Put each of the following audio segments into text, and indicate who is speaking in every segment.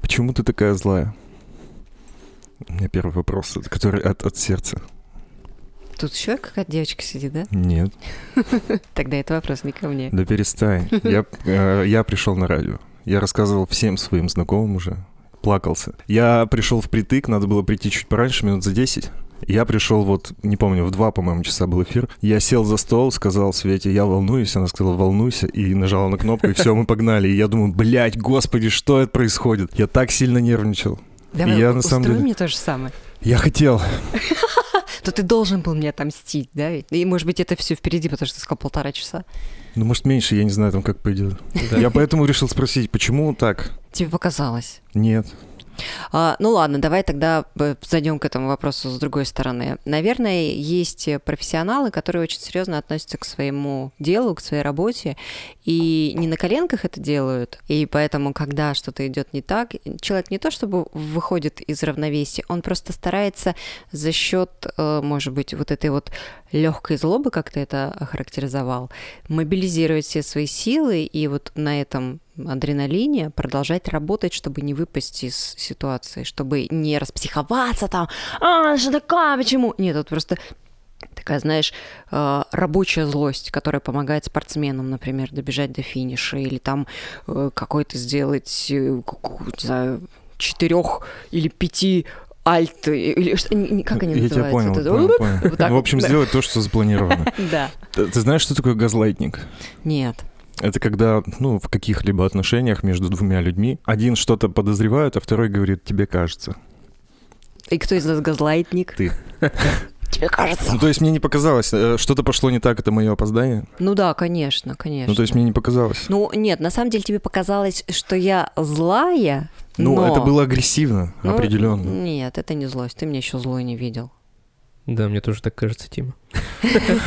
Speaker 1: Почему ты такая злая? У меня первый вопрос, который от, от сердца.
Speaker 2: Тут еще какая-то девочка сидит, да?
Speaker 1: Нет.
Speaker 2: Тогда это вопрос не ко мне.
Speaker 1: Да перестань. Я, э, я пришел на радио. Я рассказывал всем своим знакомым уже. Плакался. Я пришел впритык, надо было прийти чуть пораньше, минут за 10. Я пришел вот, не помню, в два, по-моему, часа был эфир. Я сел за стол, сказал Свете, я волнуюсь. Она сказала, волнуйся. И нажала на кнопку, и все, мы погнали. И я думаю, блядь, господи, что это происходит? Я так сильно нервничал.
Speaker 2: Давай,
Speaker 1: И я
Speaker 2: у-
Speaker 1: на самом
Speaker 2: устрой
Speaker 1: деле-
Speaker 2: мне то же самое.
Speaker 1: Я хотел.
Speaker 2: То ты должен был мне отомстить, да? ведь? И, может быть, это все впереди, потому что ты сказал полтора часа.
Speaker 1: Ну, может, меньше, я не знаю, там как пойдет.
Speaker 3: Да.
Speaker 1: Я поэтому решил спросить, почему так?
Speaker 2: Тебе показалось.
Speaker 1: Нет.
Speaker 2: А, ну ладно, давай тогда зайдем к этому вопросу с другой стороны. Наверное, есть профессионалы, которые очень серьезно относятся к своему делу, к своей работе, и не на коленках это делают. И поэтому, когда что-то идет не так, человек не то чтобы выходит из равновесия, он просто старается за счет, э, может быть, вот этой вот легкой злобы, как ты это охарактеризовал, мобилизировать все свои силы и вот на этом адреналине продолжать работать, чтобы не выпасть из ситуации, чтобы не распсиховаться там, а, что такая, почему? Нет, это просто такая, знаешь, э, рабочая злость, которая помогает спортсменам, например, добежать до финиша или там э, какой-то сделать, э, ку- ку- не знаю, четырех или пяти альт, э, или что- н- н- как они
Speaker 1: я тебя
Speaker 2: называются?
Speaker 1: понял,
Speaker 2: Вот это-
Speaker 1: понял, понял.
Speaker 2: вот так
Speaker 1: В
Speaker 2: вот,
Speaker 1: общем,
Speaker 2: да.
Speaker 1: сделать то, что запланировано.
Speaker 2: Да.
Speaker 1: Ты ты знаешь, что такое газлайтник?
Speaker 2: Нет.
Speaker 1: Это когда, ну, в каких-либо отношениях между двумя людьми один что-то подозревает, а второй говорит, тебе кажется.
Speaker 2: И кто из нас газлайтник?
Speaker 1: Ты.
Speaker 2: Тебе кажется.
Speaker 1: Ну, то есть мне не показалось, э, что-то пошло не так, это мое опоздание.
Speaker 2: Ну да, конечно, конечно.
Speaker 1: Ну, то есть мне не показалось.
Speaker 2: Ну, нет, на самом деле тебе показалось, что я злая.
Speaker 1: Ну,
Speaker 2: но-
Speaker 1: это было агрессивно,
Speaker 2: Ну,
Speaker 1: определенно.
Speaker 2: Нет, это не злость. Ты меня еще злой не видел.
Speaker 3: Да, мне тоже так кажется, Тима. Тем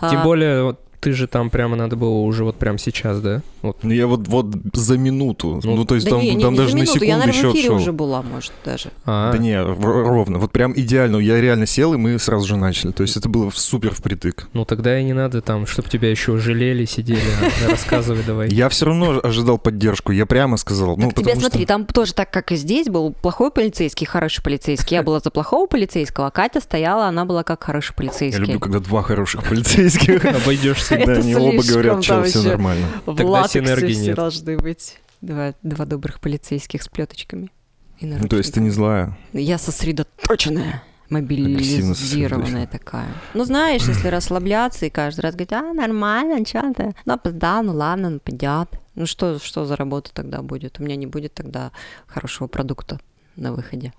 Speaker 2: А,
Speaker 3: более, вот ты же там прямо надо было уже вот прямо сейчас, да? Вот.
Speaker 1: Ну, я вот, вот за минуту.
Speaker 3: Ну,
Speaker 1: Ну, то есть
Speaker 2: да
Speaker 1: там,
Speaker 2: не, не,
Speaker 1: там
Speaker 2: не
Speaker 1: даже
Speaker 2: за
Speaker 1: на
Speaker 2: минуту.
Speaker 1: секунду
Speaker 2: Я, наверное,
Speaker 1: еще
Speaker 2: в эфире
Speaker 1: отшел.
Speaker 2: уже была, может, даже.
Speaker 3: А,
Speaker 1: Да не, в- ровно. Вот прям идеально. Я реально сел, и мы сразу же начали. То есть это было в- супер впритык.
Speaker 3: ну тогда и не надо там, чтобы тебя еще жалели, сидели, а, рассказывай давай.
Speaker 1: Я все равно ожидал поддержку. Я прямо сказал. ну,
Speaker 2: так тебя,
Speaker 1: потому
Speaker 2: смотри,
Speaker 1: что...
Speaker 2: там тоже так, как и здесь, был плохой полицейский, хороший полицейский. Я была за плохого полицейского, а Катя стояла, она была как хороший
Speaker 1: Я
Speaker 2: полицейский.
Speaker 1: люблю, когда два хороших полицейских.
Speaker 3: Обойдешься.
Speaker 1: Да,
Speaker 2: Это
Speaker 1: они оба
Speaker 2: слишком
Speaker 1: говорят, что
Speaker 2: там
Speaker 1: все
Speaker 2: еще.
Speaker 1: нормально.
Speaker 2: В
Speaker 3: Тогда
Speaker 2: латексе
Speaker 3: синергии
Speaker 2: все
Speaker 3: нет.
Speaker 2: должны быть. Два, два добрых полицейских с плеточками. И
Speaker 1: Ну, то есть ты не злая.
Speaker 2: наручниками. Я сосредоточенная,
Speaker 1: Агрессивно
Speaker 2: мобилизированная
Speaker 1: сосредоточенная.
Speaker 2: такая. Ну, знаешь, если расслабляться и каждый раз говорить, а, нормально, чё ты? Ну, опоздал, ну ладно, ну, пойдёт». Ну, что, что за работа тогда будет? У меня не будет тогда хорошего продукта на выходе.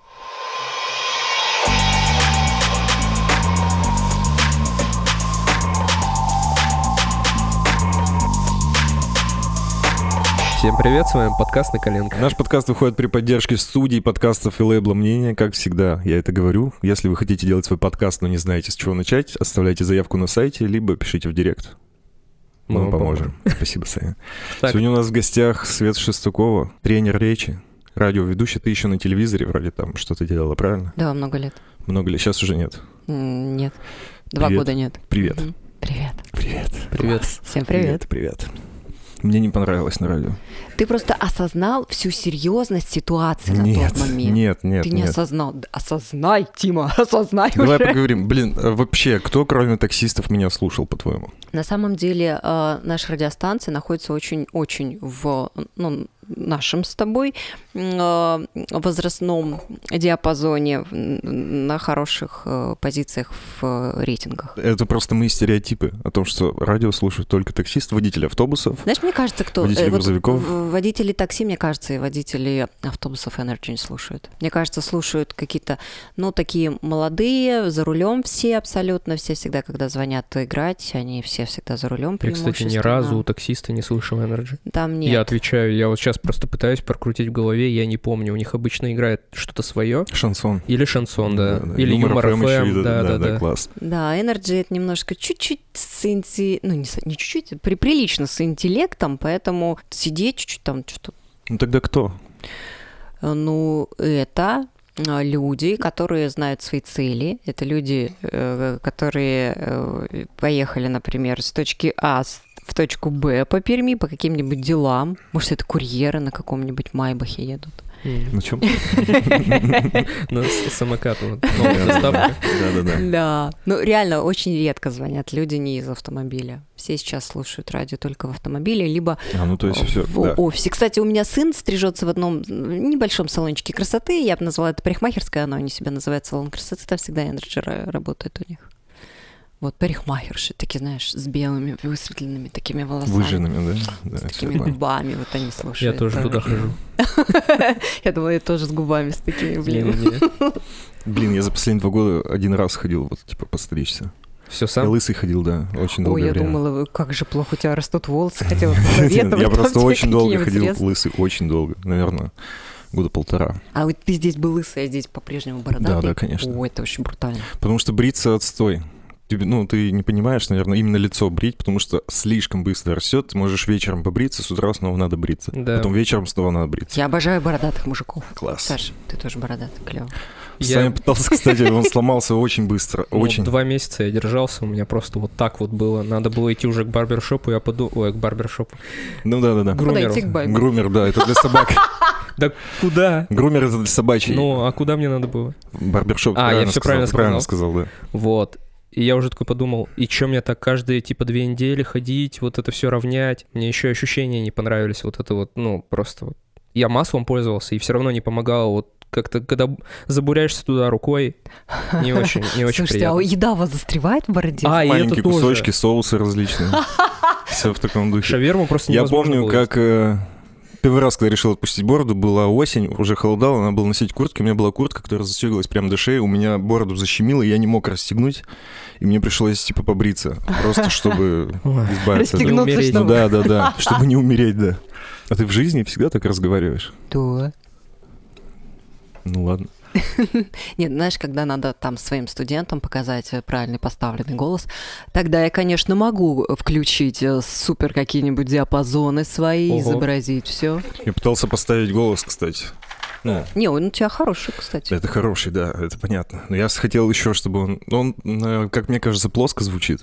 Speaker 3: Всем привет, с вами подкаст «На коленках».
Speaker 1: Наш подкаст выходит при поддержке студий, подкастов и лейбла мнения. Как всегда, я это говорю. Если вы хотите делать свой подкаст, но не знаете, с чего начать, оставляйте заявку на сайте, либо пишите в директ. Мы вам поможем. Спасибо, Саня.
Speaker 3: Ну, Так.
Speaker 1: Сегодня у нас в гостях Свет Шестакова, тренер речи, радиоведущий. Ты еще на телевизоре вроде там что-то делала, правильно?
Speaker 2: Да, много лет.
Speaker 1: Много ли? Сейчас уже нет.
Speaker 2: М, Нет. Два
Speaker 1: Привет.
Speaker 2: года нет.
Speaker 1: Привет.
Speaker 2: Мгм. Привет.
Speaker 1: Привет.
Speaker 3: Привет.
Speaker 2: Всем привет.
Speaker 1: Привет. Мне не понравилось на радио.
Speaker 2: Ты просто осознал всю серьезность ситуации на
Speaker 1: нет,
Speaker 2: тот момент.
Speaker 1: нет, нет,
Speaker 2: Ты не
Speaker 1: нет.
Speaker 2: осознал. Да Осознай, Тима, осознай
Speaker 1: Давай
Speaker 2: уже.
Speaker 1: поговорим. Блин, а вообще, кто кроме таксистов меня слушал, по-твоему?
Speaker 2: На самом деле, э, наша радиостанция находится очень-очень в ну, нашем с тобой э, возрастном диапазоне, в- на хороших э, позициях в э, рейтингах.
Speaker 1: Это просто мы стереотипы о том, что радио слушают только таксист, водитель автобусов.
Speaker 2: Знаешь, мне кажется, кто... э,
Speaker 1: Водители грузовиков.
Speaker 2: в- Водители такси, мне кажется, и водители автобусов Energy не слушают. Мне кажется, слушают какие-то, ну, такие молодые, за рулем все абсолютно, все всегда, когда звонят играть, они все всегда за рулем
Speaker 3: Я, кстати, ни
Speaker 2: преимущественно.
Speaker 3: разу у таксиста не слышал Energy.
Speaker 2: Там нет.
Speaker 3: Я отвечаю, я вот сейчас просто пытаюсь прокрутить в голове, я не помню. У них обычно играет что-то свое.
Speaker 1: Шансон.
Speaker 3: Или шансон, да.
Speaker 1: Да-да.
Speaker 3: Или юмор
Speaker 1: FM еще и
Speaker 3: FM, да, да, да.
Speaker 1: класс.
Speaker 2: Да, Energy это немножко чуть-чуть с инти... ну не, с- не чуть-чуть, приприлично с интеллектом, поэтому сидеть чуть-чуть там что
Speaker 1: Ну тогда кто?
Speaker 2: ну это а, люди, которые знают свои цели, это люди, э, которые э, поехали, например, с точки А с- в точку Б по Перми по каким-нибудь делам, может это курьеры на каком-нибудь Майбахе едут.
Speaker 1: На чем?
Speaker 3: На Ну, с- самокату. вот, новая доставка.
Speaker 1: Да-да-да.
Speaker 2: Да. Ну, реально, очень редко звонят люди не из автомобиля. Все сейчас слушают радио только в автомобиле, либо
Speaker 1: А, ну то есть все,
Speaker 2: в офисе. Кстати, у меня сын стрижется в одном небольшом салончике красоты. Я бы назвала это парикмахерская, но они себя называют салон красоты. Там всегда менеджеры работают у них. Вот парикмахерши, такие, знаешь, с белыми, высветленными такими волосами.
Speaker 1: Выжженными, да?
Speaker 2: а.
Speaker 1: типа.
Speaker 2: С
Speaker 1: Да, всё
Speaker 2: такими
Speaker 1: понял.
Speaker 2: губами, вот они слушают.
Speaker 3: Я тоже
Speaker 2: да.
Speaker 3: туда хожу.
Speaker 2: Я думала, я тоже с губами, с такими, блин.
Speaker 3: Не-не-не.
Speaker 1: Блин, я за последние два года один раз ходил, вот, типа, постричься.
Speaker 3: Все
Speaker 1: Я
Speaker 3: сам.
Speaker 1: лысый ходил, да, очень
Speaker 2: Ой,
Speaker 1: долгое
Speaker 2: я
Speaker 1: время.
Speaker 2: думала, вы- как же плохо у тебя растут волосы, хотела посоветовать
Speaker 1: Я
Speaker 2: вам
Speaker 1: просто
Speaker 2: тебе
Speaker 1: очень долго
Speaker 2: какие-нибудь
Speaker 1: ходил
Speaker 2: средства.
Speaker 1: лысый, очень долго, наверное, года полтора.
Speaker 2: А вот ты здесь был лысый, а здесь по-прежнему бородатый?
Speaker 1: Да, да, конечно.
Speaker 2: О, это очень брутально.
Speaker 1: Потому что бриться отстой. Тебе, ну, ты не понимаешь, наверное, именно лицо брить, потому что слишком быстро растет. Ты можешь вечером побриться, с утра снова надо бриться.
Speaker 3: Да.
Speaker 1: типа. Потом вечером снова надо бриться.
Speaker 2: Я обожаю бородатых мужиков.
Speaker 1: Класс.
Speaker 2: Саш, ты тоже бородатый, клево.
Speaker 1: Сами
Speaker 3: Я
Speaker 1: пытался, кстати, он сломался очень быстро,
Speaker 3: ну,
Speaker 1: очень.
Speaker 3: два месяца я держался, у меня просто вот так вот было. Надо было идти уже к барбершопу, я подумал... Ой, к барбершопу.
Speaker 1: Ну да-да-да.
Speaker 3: Грумеру.
Speaker 2: Подойти к байбу.
Speaker 1: Грумер, да, это для собак.
Speaker 3: Да куда?
Speaker 1: Грумер это для собачьей.
Speaker 3: Ну, а куда мне надо было?
Speaker 1: Барбершоп,
Speaker 3: А,
Speaker 1: правильно
Speaker 3: я всё
Speaker 1: сказал,
Speaker 3: правильно
Speaker 1: ты правильно сказал, да.
Speaker 3: Вот. И я уже такой подумал, и чё мне так каждые типа две недели ходить, вот это все равнять? Мне еще ощущения не понравились, вот это вот, ну, просто вот. Я маслом пользовался, и все равно не помогало, вот как-то, когда забуряешься туда рукой, не очень, не очень
Speaker 2: Слушайте, а
Speaker 3: приятно.
Speaker 2: еда у вас застревает в бороде?
Speaker 3: А, и это
Speaker 1: Маленькие кусочки,
Speaker 3: тоже.
Speaker 1: соусы различные. Все в таком духе.
Speaker 3: Шаверму просто
Speaker 1: Я
Speaker 3: невозможно
Speaker 1: помню,
Speaker 3: было
Speaker 1: как э, первый раз, когда решил отпустить бороду, была осень, уже холодало, надо было носить куртки. У меня была куртка, которая застеглась прямо до шеи, у меня бороду защемило, я не мог расстегнуть, и мне пришлось типа побриться, просто чтобы
Speaker 3: есть. Ой.
Speaker 1: избавиться. от этого.
Speaker 3: Расстегнуть,
Speaker 2: Расстегнуться,
Speaker 3: умереть.
Speaker 2: что
Speaker 1: Ну да, да, да, чтобы не умереть, да. А ты в жизни всегда так разговариваешь?
Speaker 2: Да.
Speaker 1: Ну ладно.
Speaker 2: Нет, знаешь, когда надо там своим студентам показать э, правильный поставленный голос, тогда я, конечно, могу включить э, супер какие-нибудь диапазоны свои,
Speaker 3: Ого.
Speaker 2: изобразить все.
Speaker 1: Я пытался поставить голос, кстати. Ну,
Speaker 2: Не, он у тебя хороший, кстати.
Speaker 1: это хороший, да, это понятно. Но я с- хотел еще, чтобы он... Он, э, как мне кажется, плоско звучит.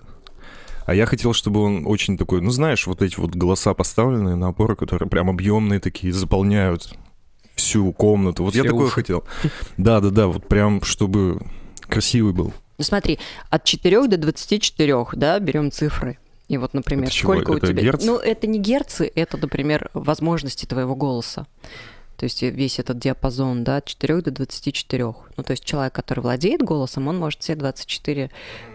Speaker 1: А я хотел, чтобы он очень такой, ну знаешь, вот эти вот голоса поставленные на опоры, которые прям объемные такие, заполняют всю комнату. Вот я
Speaker 3: Все
Speaker 1: такое
Speaker 3: уши.
Speaker 1: хотел. Да-да-да, вот прям, чтобы красивый был.
Speaker 2: Ну смотри, от 4 до 24, да, берем цифры. И вот, например,
Speaker 1: Это чего?
Speaker 2: сколько у
Speaker 1: Это
Speaker 2: тебя...
Speaker 1: герц?
Speaker 2: Ну, это не герцы, это, например, возможности твоего голоса. То есть э, весь этот диапазон, да, от 4 до 24. Ну, то есть человек, который владеет голосом, он может все 24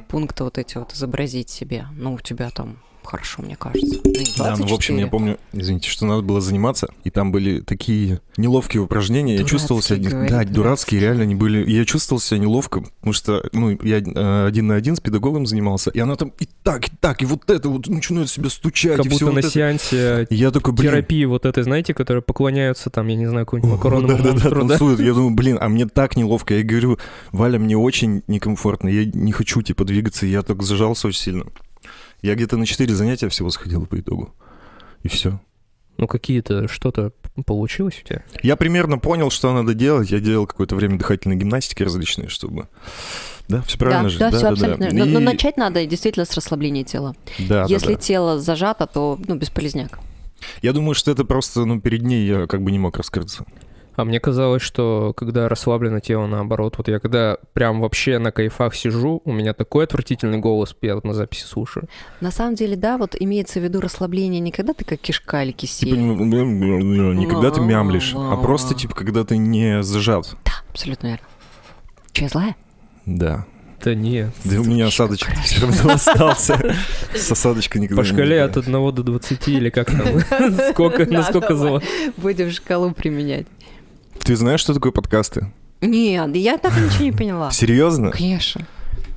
Speaker 2: пункта вот эти вот изобразить себе. Ну, у тебя там хорошо, мне кажется. Ну, и
Speaker 1: Да, ну, в общем,
Speaker 2: 24.
Speaker 1: я помню, извините, что надо было заниматься, и там были такие неловкие упражнения.
Speaker 2: Дурацкие,
Speaker 1: я чувствовал себя... не-
Speaker 2: говорит,
Speaker 1: да, дурацкие, реально не были. Я чувствовал себя неловко, потому что, ну, я э, один на один с педагогом занимался, и она там и так, и так, и вот это вот начинает себя стучать,
Speaker 3: Как
Speaker 1: и все
Speaker 3: будто на сеансе
Speaker 1: И я такой, блин,
Speaker 3: терапии вот этой, знаете, которые поклоняются там, я не знаю, какому-нибудь
Speaker 1: да,
Speaker 3: макаронному
Speaker 1: да, да,
Speaker 3: монстру, да?
Speaker 1: танцуют. Я думаю, блин, а мне так неловко. Я говорю, Валя, мне очень некомфортно, я не хочу, типа, двигаться, я так зажался очень сильно. Я где-то на 4 занятия всего сходил по итогу. И все.
Speaker 3: Ну, какие-то что-то получилось у тебя?
Speaker 1: Я примерно понял, что надо делать. Я делал какое-то время дыхательной гимнастики различные, чтобы... Да, все правильно
Speaker 2: да,
Speaker 1: же?
Speaker 2: да, все абсолютно. верно. Но, но
Speaker 1: И-
Speaker 2: начать надо действительно с расслабления тела.
Speaker 1: Да, да,
Speaker 2: Если
Speaker 1: да.
Speaker 2: тело зажато, то ну бесполезняк.
Speaker 1: Я думаю, что это просто, ну, перед ней я как бы не мог раскрыться.
Speaker 3: А мне казалось, что когда расслаблено тело, наоборот, вот я когда прям вообще на кайфах сижу, у меня такой отвратительный голос, я вот на записи слушаю.
Speaker 2: На самом деле, да, вот имеется в виду расслабление не когда ты как кишка или кисель.
Speaker 1: Типа, никогда ты мямлишь, а просто, типа, когда ты не зажат.
Speaker 2: Да, абсолютно верно. Че, я злая?
Speaker 1: Да.
Speaker 3: Да нет.
Speaker 1: Да у меня осадочек все равно остался. С осадочкой никогда
Speaker 3: По
Speaker 1: не
Speaker 3: шкале
Speaker 1: играешь.
Speaker 3: от 1 до 20 или как там? Сколько,
Speaker 2: Да,
Speaker 3: насколько
Speaker 2: давай.
Speaker 3: зло?
Speaker 2: Будем шкалу применять.
Speaker 1: Ты знаешь, что такое подкасты?
Speaker 2: Нет, я так ничего не поняла.
Speaker 1: Серьезно?
Speaker 2: Конечно.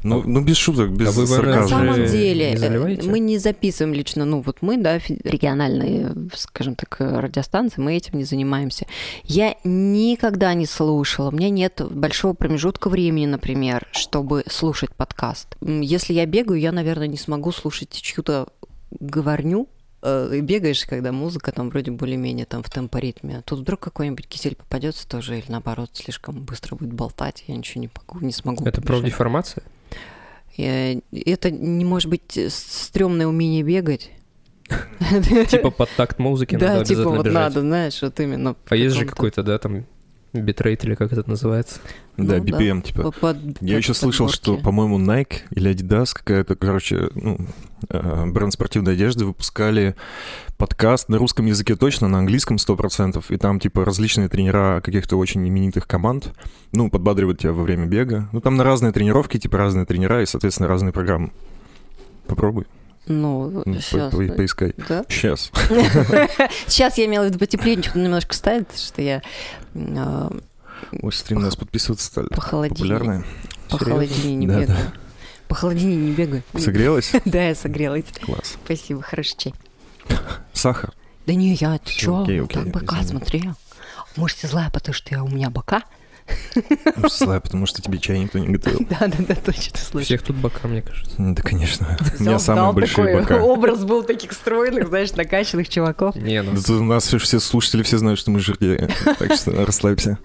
Speaker 1: Ну, ну, без шуток, без
Speaker 3: А вы, Варя,
Speaker 2: На
Speaker 3: Даже
Speaker 1: сарказма.
Speaker 2: самом
Speaker 3: не
Speaker 2: деле, э,
Speaker 3: заливаете?
Speaker 2: мы не записываем лично, ну вот мы, да, фе- региональные, э, скажем так, э, радиостанции, мы этим не занимаемся. Я никогда не слушала, у меня нет большого промежутка времени, например, чтобы слушать подкаст. М, Если я бегаю, я, наверное, не смогу слушать чью-то говорню, Э, и бегаешь, когда музыка там вроде более-менее там в темпоритме. А Тут вдруг какой-нибудь кисель попадется тоже, или наоборот, слишком быстро будет болтать, я ничего не могу, не смогу.
Speaker 3: Это
Speaker 2: помешать.
Speaker 3: профдеформация?
Speaker 2: Э, Это не может быть э, с- стрёмное умение бегать.
Speaker 3: Типа под такт музыки надо
Speaker 2: Да, типа
Speaker 3: обязательно
Speaker 2: вот
Speaker 3: бежать.
Speaker 2: надо, знаешь, вот именно.
Speaker 3: А есть же
Speaker 2: каком-то-
Speaker 3: какой-то, да, там битрейт или как это называется?
Speaker 1: Да,
Speaker 2: Ну да.
Speaker 1: BPM, типа.
Speaker 2: по- под-
Speaker 1: Я
Speaker 2: под
Speaker 1: еще слышал, что,
Speaker 2: подборки.
Speaker 1: по-моему, Nike или Adidas, какая-то, короче, ну, э, бренд спортивной одежды, выпускали подкаст на русском языке точно, на английском 100%, и там, типа, различные тренера каких-то очень именитых команд, ну, подбадривают тебя во время бега. Ну, там на разные тренировки, типа, разные тренера и, соответственно, разные программы. Попробуй,
Speaker 2: Ну,
Speaker 1: ну, по-
Speaker 2: сейчас.
Speaker 1: по- поискай.
Speaker 2: Да.
Speaker 1: Сейчас.
Speaker 2: Сейчас я имела в виду потеплее, что немножко станет, что я э,
Speaker 1: Ой, стрим нас подписываться стали.
Speaker 2: похолоднее.
Speaker 1: Популярные.
Speaker 2: Похолоднее не
Speaker 1: Да, да.
Speaker 2: бегаю. Похолоднее не бегаю.
Speaker 1: Согрелась?
Speaker 2: Да, я согрелась.
Speaker 1: Класс.
Speaker 2: Спасибо, хорошо. чай.
Speaker 1: Сахар.
Speaker 2: Да не, я чё,
Speaker 1: окей, окей,
Speaker 2: так бока
Speaker 1: извини.
Speaker 2: смотрела. Может, я злая, потому что я у меня бока?
Speaker 1: Ну, Слай, потому что тебе чай никто не готовил.
Speaker 2: Да, да, да, точно слышу.
Speaker 3: Всех тут бока, мне кажется.
Speaker 1: Да, конечно. У меня самые большие
Speaker 2: такой
Speaker 1: бока.
Speaker 2: образ был таких стройных, знаешь, накачанных чуваков.
Speaker 3: Не, ну,
Speaker 1: Да тут у нас все- все слушатели, все знают, что мы жирнее, так что расслабься.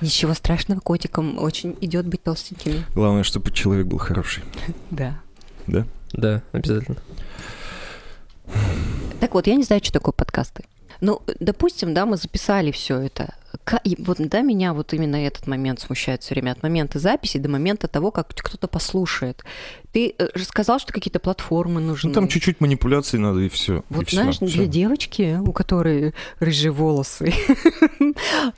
Speaker 2: Ничего страшного, котикам очень идет быть толстенькими.
Speaker 1: Главное, чтобы человек был хороший. Ну,
Speaker 2: Да.
Speaker 3: да, обязательно.
Speaker 2: Так вот, я не знаю, что такое подкасты. Ну, допустим, да, мы записали все это. Ка- и Вот, да, меня вот именно этот момент смущает все время. От момента записи до момента того, как кто-то послушает. Ты э, же сказал, что какие-то платформы нужны.
Speaker 1: Ну, там чуть-чуть манипуляций надо, и все.
Speaker 2: Вот знаешь, для девочки, у которой рыжие волосы,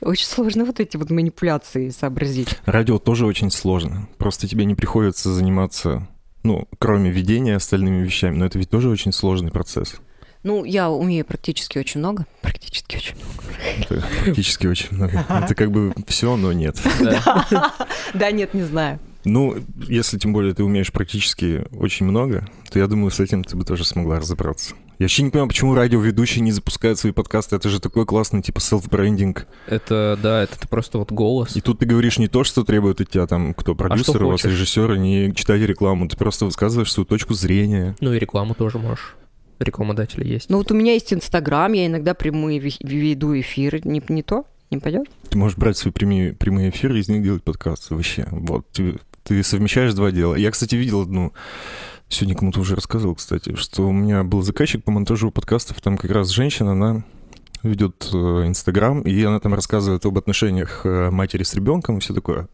Speaker 2: очень сложно вот эти вот манипуляции сообразить.
Speaker 1: Радио тоже очень сложно. Просто тебе не приходится заниматься, ну, кроме ведения остальными вещами. Но это ведь тоже очень сложный процесс.
Speaker 2: Ну, я умею практически очень много. Практически очень много.
Speaker 1: Это практически очень много. Это как бы все, но нет.
Speaker 3: Да.
Speaker 2: Да, нет, не знаю.
Speaker 1: Ну, если тем более ты умеешь практически очень много, то я думаю, с этим ты бы тоже смогла разобраться. Я вообще не понимаю, почему радиоведущие не запускают свои подкасты. Это же такой классный, типа, селф-брендинг.
Speaker 3: Это, да, это просто вот голос.
Speaker 1: И тут ты говоришь не то, что требует от тебя там, кто продюсер у вас,
Speaker 3: хочешь.
Speaker 1: режиссер, не читать рекламу. Ты просто высказываешь свою точку зрения.
Speaker 3: Ну и рекламу тоже можешь. Рекламодатели есть.
Speaker 2: Ну, вот у меня есть Инстаграм, я иногда прямые ве- веду эфиры. Не, не то? Не пойдет?
Speaker 1: Ты можешь брать свои прямые, прямые эфиры и из них делать подкасты вообще. Вот, ты, ты совмещаешь два дела. Я, кстати, видел одну... Сегодня кому-то уже рассказывал, кстати, что у меня был заказчик по монтажу подкастов. Там как раз женщина, она ведет э, Инстаграм, и она там рассказывает об отношениях э, матери с ребенком и все такое.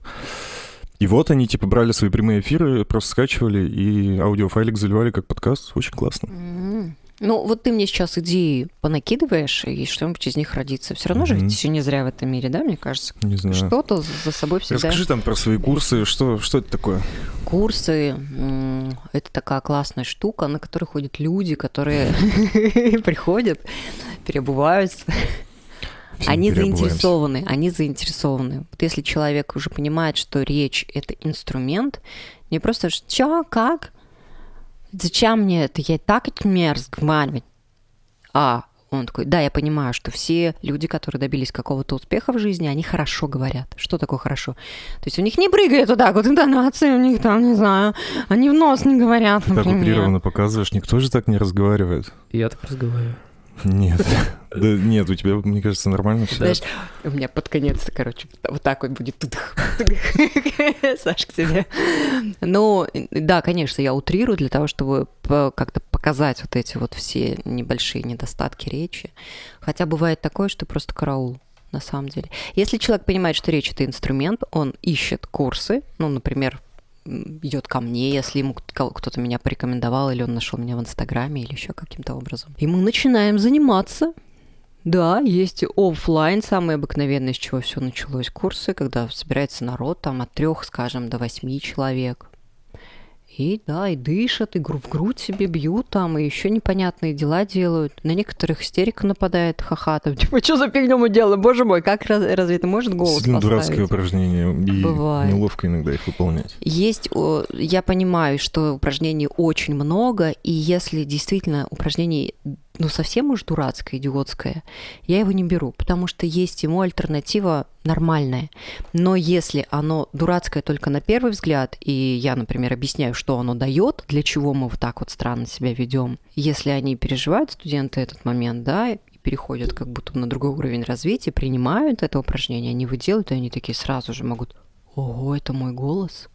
Speaker 1: И вот они, типа, брали свои прямые эфиры, просто скачивали и аудиофайлик заливали как подкаст. Очень классно.
Speaker 2: М. Ну, вот ты мне сейчас идеи понакидываешь, и что-нибудь из них родится. Все равно же
Speaker 1: Мгм.
Speaker 2: ведь все не зря в этом мире, да, мне кажется?
Speaker 1: Не знаю.
Speaker 2: Что-то за за собой всегда.
Speaker 1: Расскажи там про свои курсы, что, что это такое?
Speaker 2: Курсы м, это такая классная штука, на которой ходят люди, которые приходят, переобуваются.
Speaker 1: Всем
Speaker 2: Они
Speaker 1: переобуваемся.
Speaker 2: заинтересованы, они заинтересованы. Вот если человек уже понимает, что речь это инструмент, не просто что, как, зачем мне это, я и так от меня разговаривать. А он такой, да, я понимаю, что все люди, которые добились какого-то успеха в жизни, они хорошо говорят. Что такое хорошо? То есть у них не прыгает вот так вот интонации, у них там, не знаю, они в нос не говорят,
Speaker 1: Ты так
Speaker 2: например.
Speaker 1: утрированно показываешь, никто же так не разговаривает.
Speaker 3: Я так разговариваю.
Speaker 1: Нет. Да нет, у тебя, мне кажется, нормально все.
Speaker 2: Знаешь, у меня под конец, короче, вот так вот будет. тудых, тудых. Саш, к тебе. Ну, да, конечно, я утрирую для того, чтобы по- как-то показать вот эти вот все небольшие недостатки речи. Хотя бывает такое, что просто караул на самом деле. Если человек понимает, что речь это инструмент, он ищет курсы, ну, например, м, идет ко мне, если ему к- кого- кто-то меня порекомендовал, или он нашел меня в Инстаграме, или еще каким-то образом. И мы начинаем заниматься. Да, есть оффлайн, самое обыкновенное, с чего все началось, курсы, когда собирается народ там от трех, скажем, до восьми человек. И да, и дышат, и гру- в грудь себе бьют там, и еще непонятные дела делают. На некоторых истерика нападает, ха-ха, там, типа, что за фигню мы делаем, боже мой, как раз- разве это может голос
Speaker 1: Действительно дурацкое
Speaker 2: поставить?
Speaker 1: упражнение, и
Speaker 2: Бывает.
Speaker 1: неловко иногда их выполнять.
Speaker 2: Есть, о, я понимаю, что упражнений очень много, и если действительно упражнений ну, совсем уж дурацкое, идиотское, я его не беру, потому что есть ему альтернатива нормальная. Но если оно дурацкое только на первый взгляд, и я, например, объясняю, что оно дает, для чего мы вот так вот странно себя ведем, если они переживают, студенты, этот момент, да, и переходят как будто на другой уровень развития, принимают это упражнение, они его делают, и они такие сразу же могут, ого, это мой голос,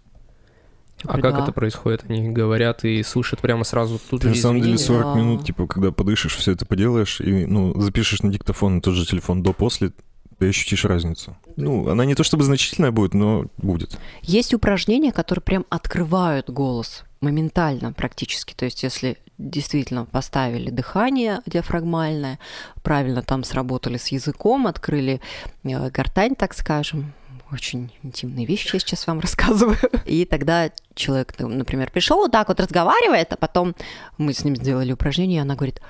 Speaker 3: А как это происходит? Они говорят и слушают прямо сразу тут
Speaker 1: Ты на
Speaker 3: же
Speaker 1: самом деле
Speaker 2: извини,
Speaker 1: 40
Speaker 2: но-
Speaker 1: минут, типа, когда подышишь, все это поделаешь, и, ну, запишешь на диктофон и тот же телефон до-после, ты ощутишь разницу. Ну, она не то чтобы значительная будет, но будет.
Speaker 2: Есть упражнения, которые прям открывают голос моментально практически. То есть если действительно поставили дыхание диафрагмальное, правильно там сработали с языком, открыли э, гортань, так скажем, очень интимные вещи я сейчас вам рассказываю. И тогда человек, ну, например, пришел вот так вот разговаривает, а потом мы с ним сделали упражнение, и она говорит,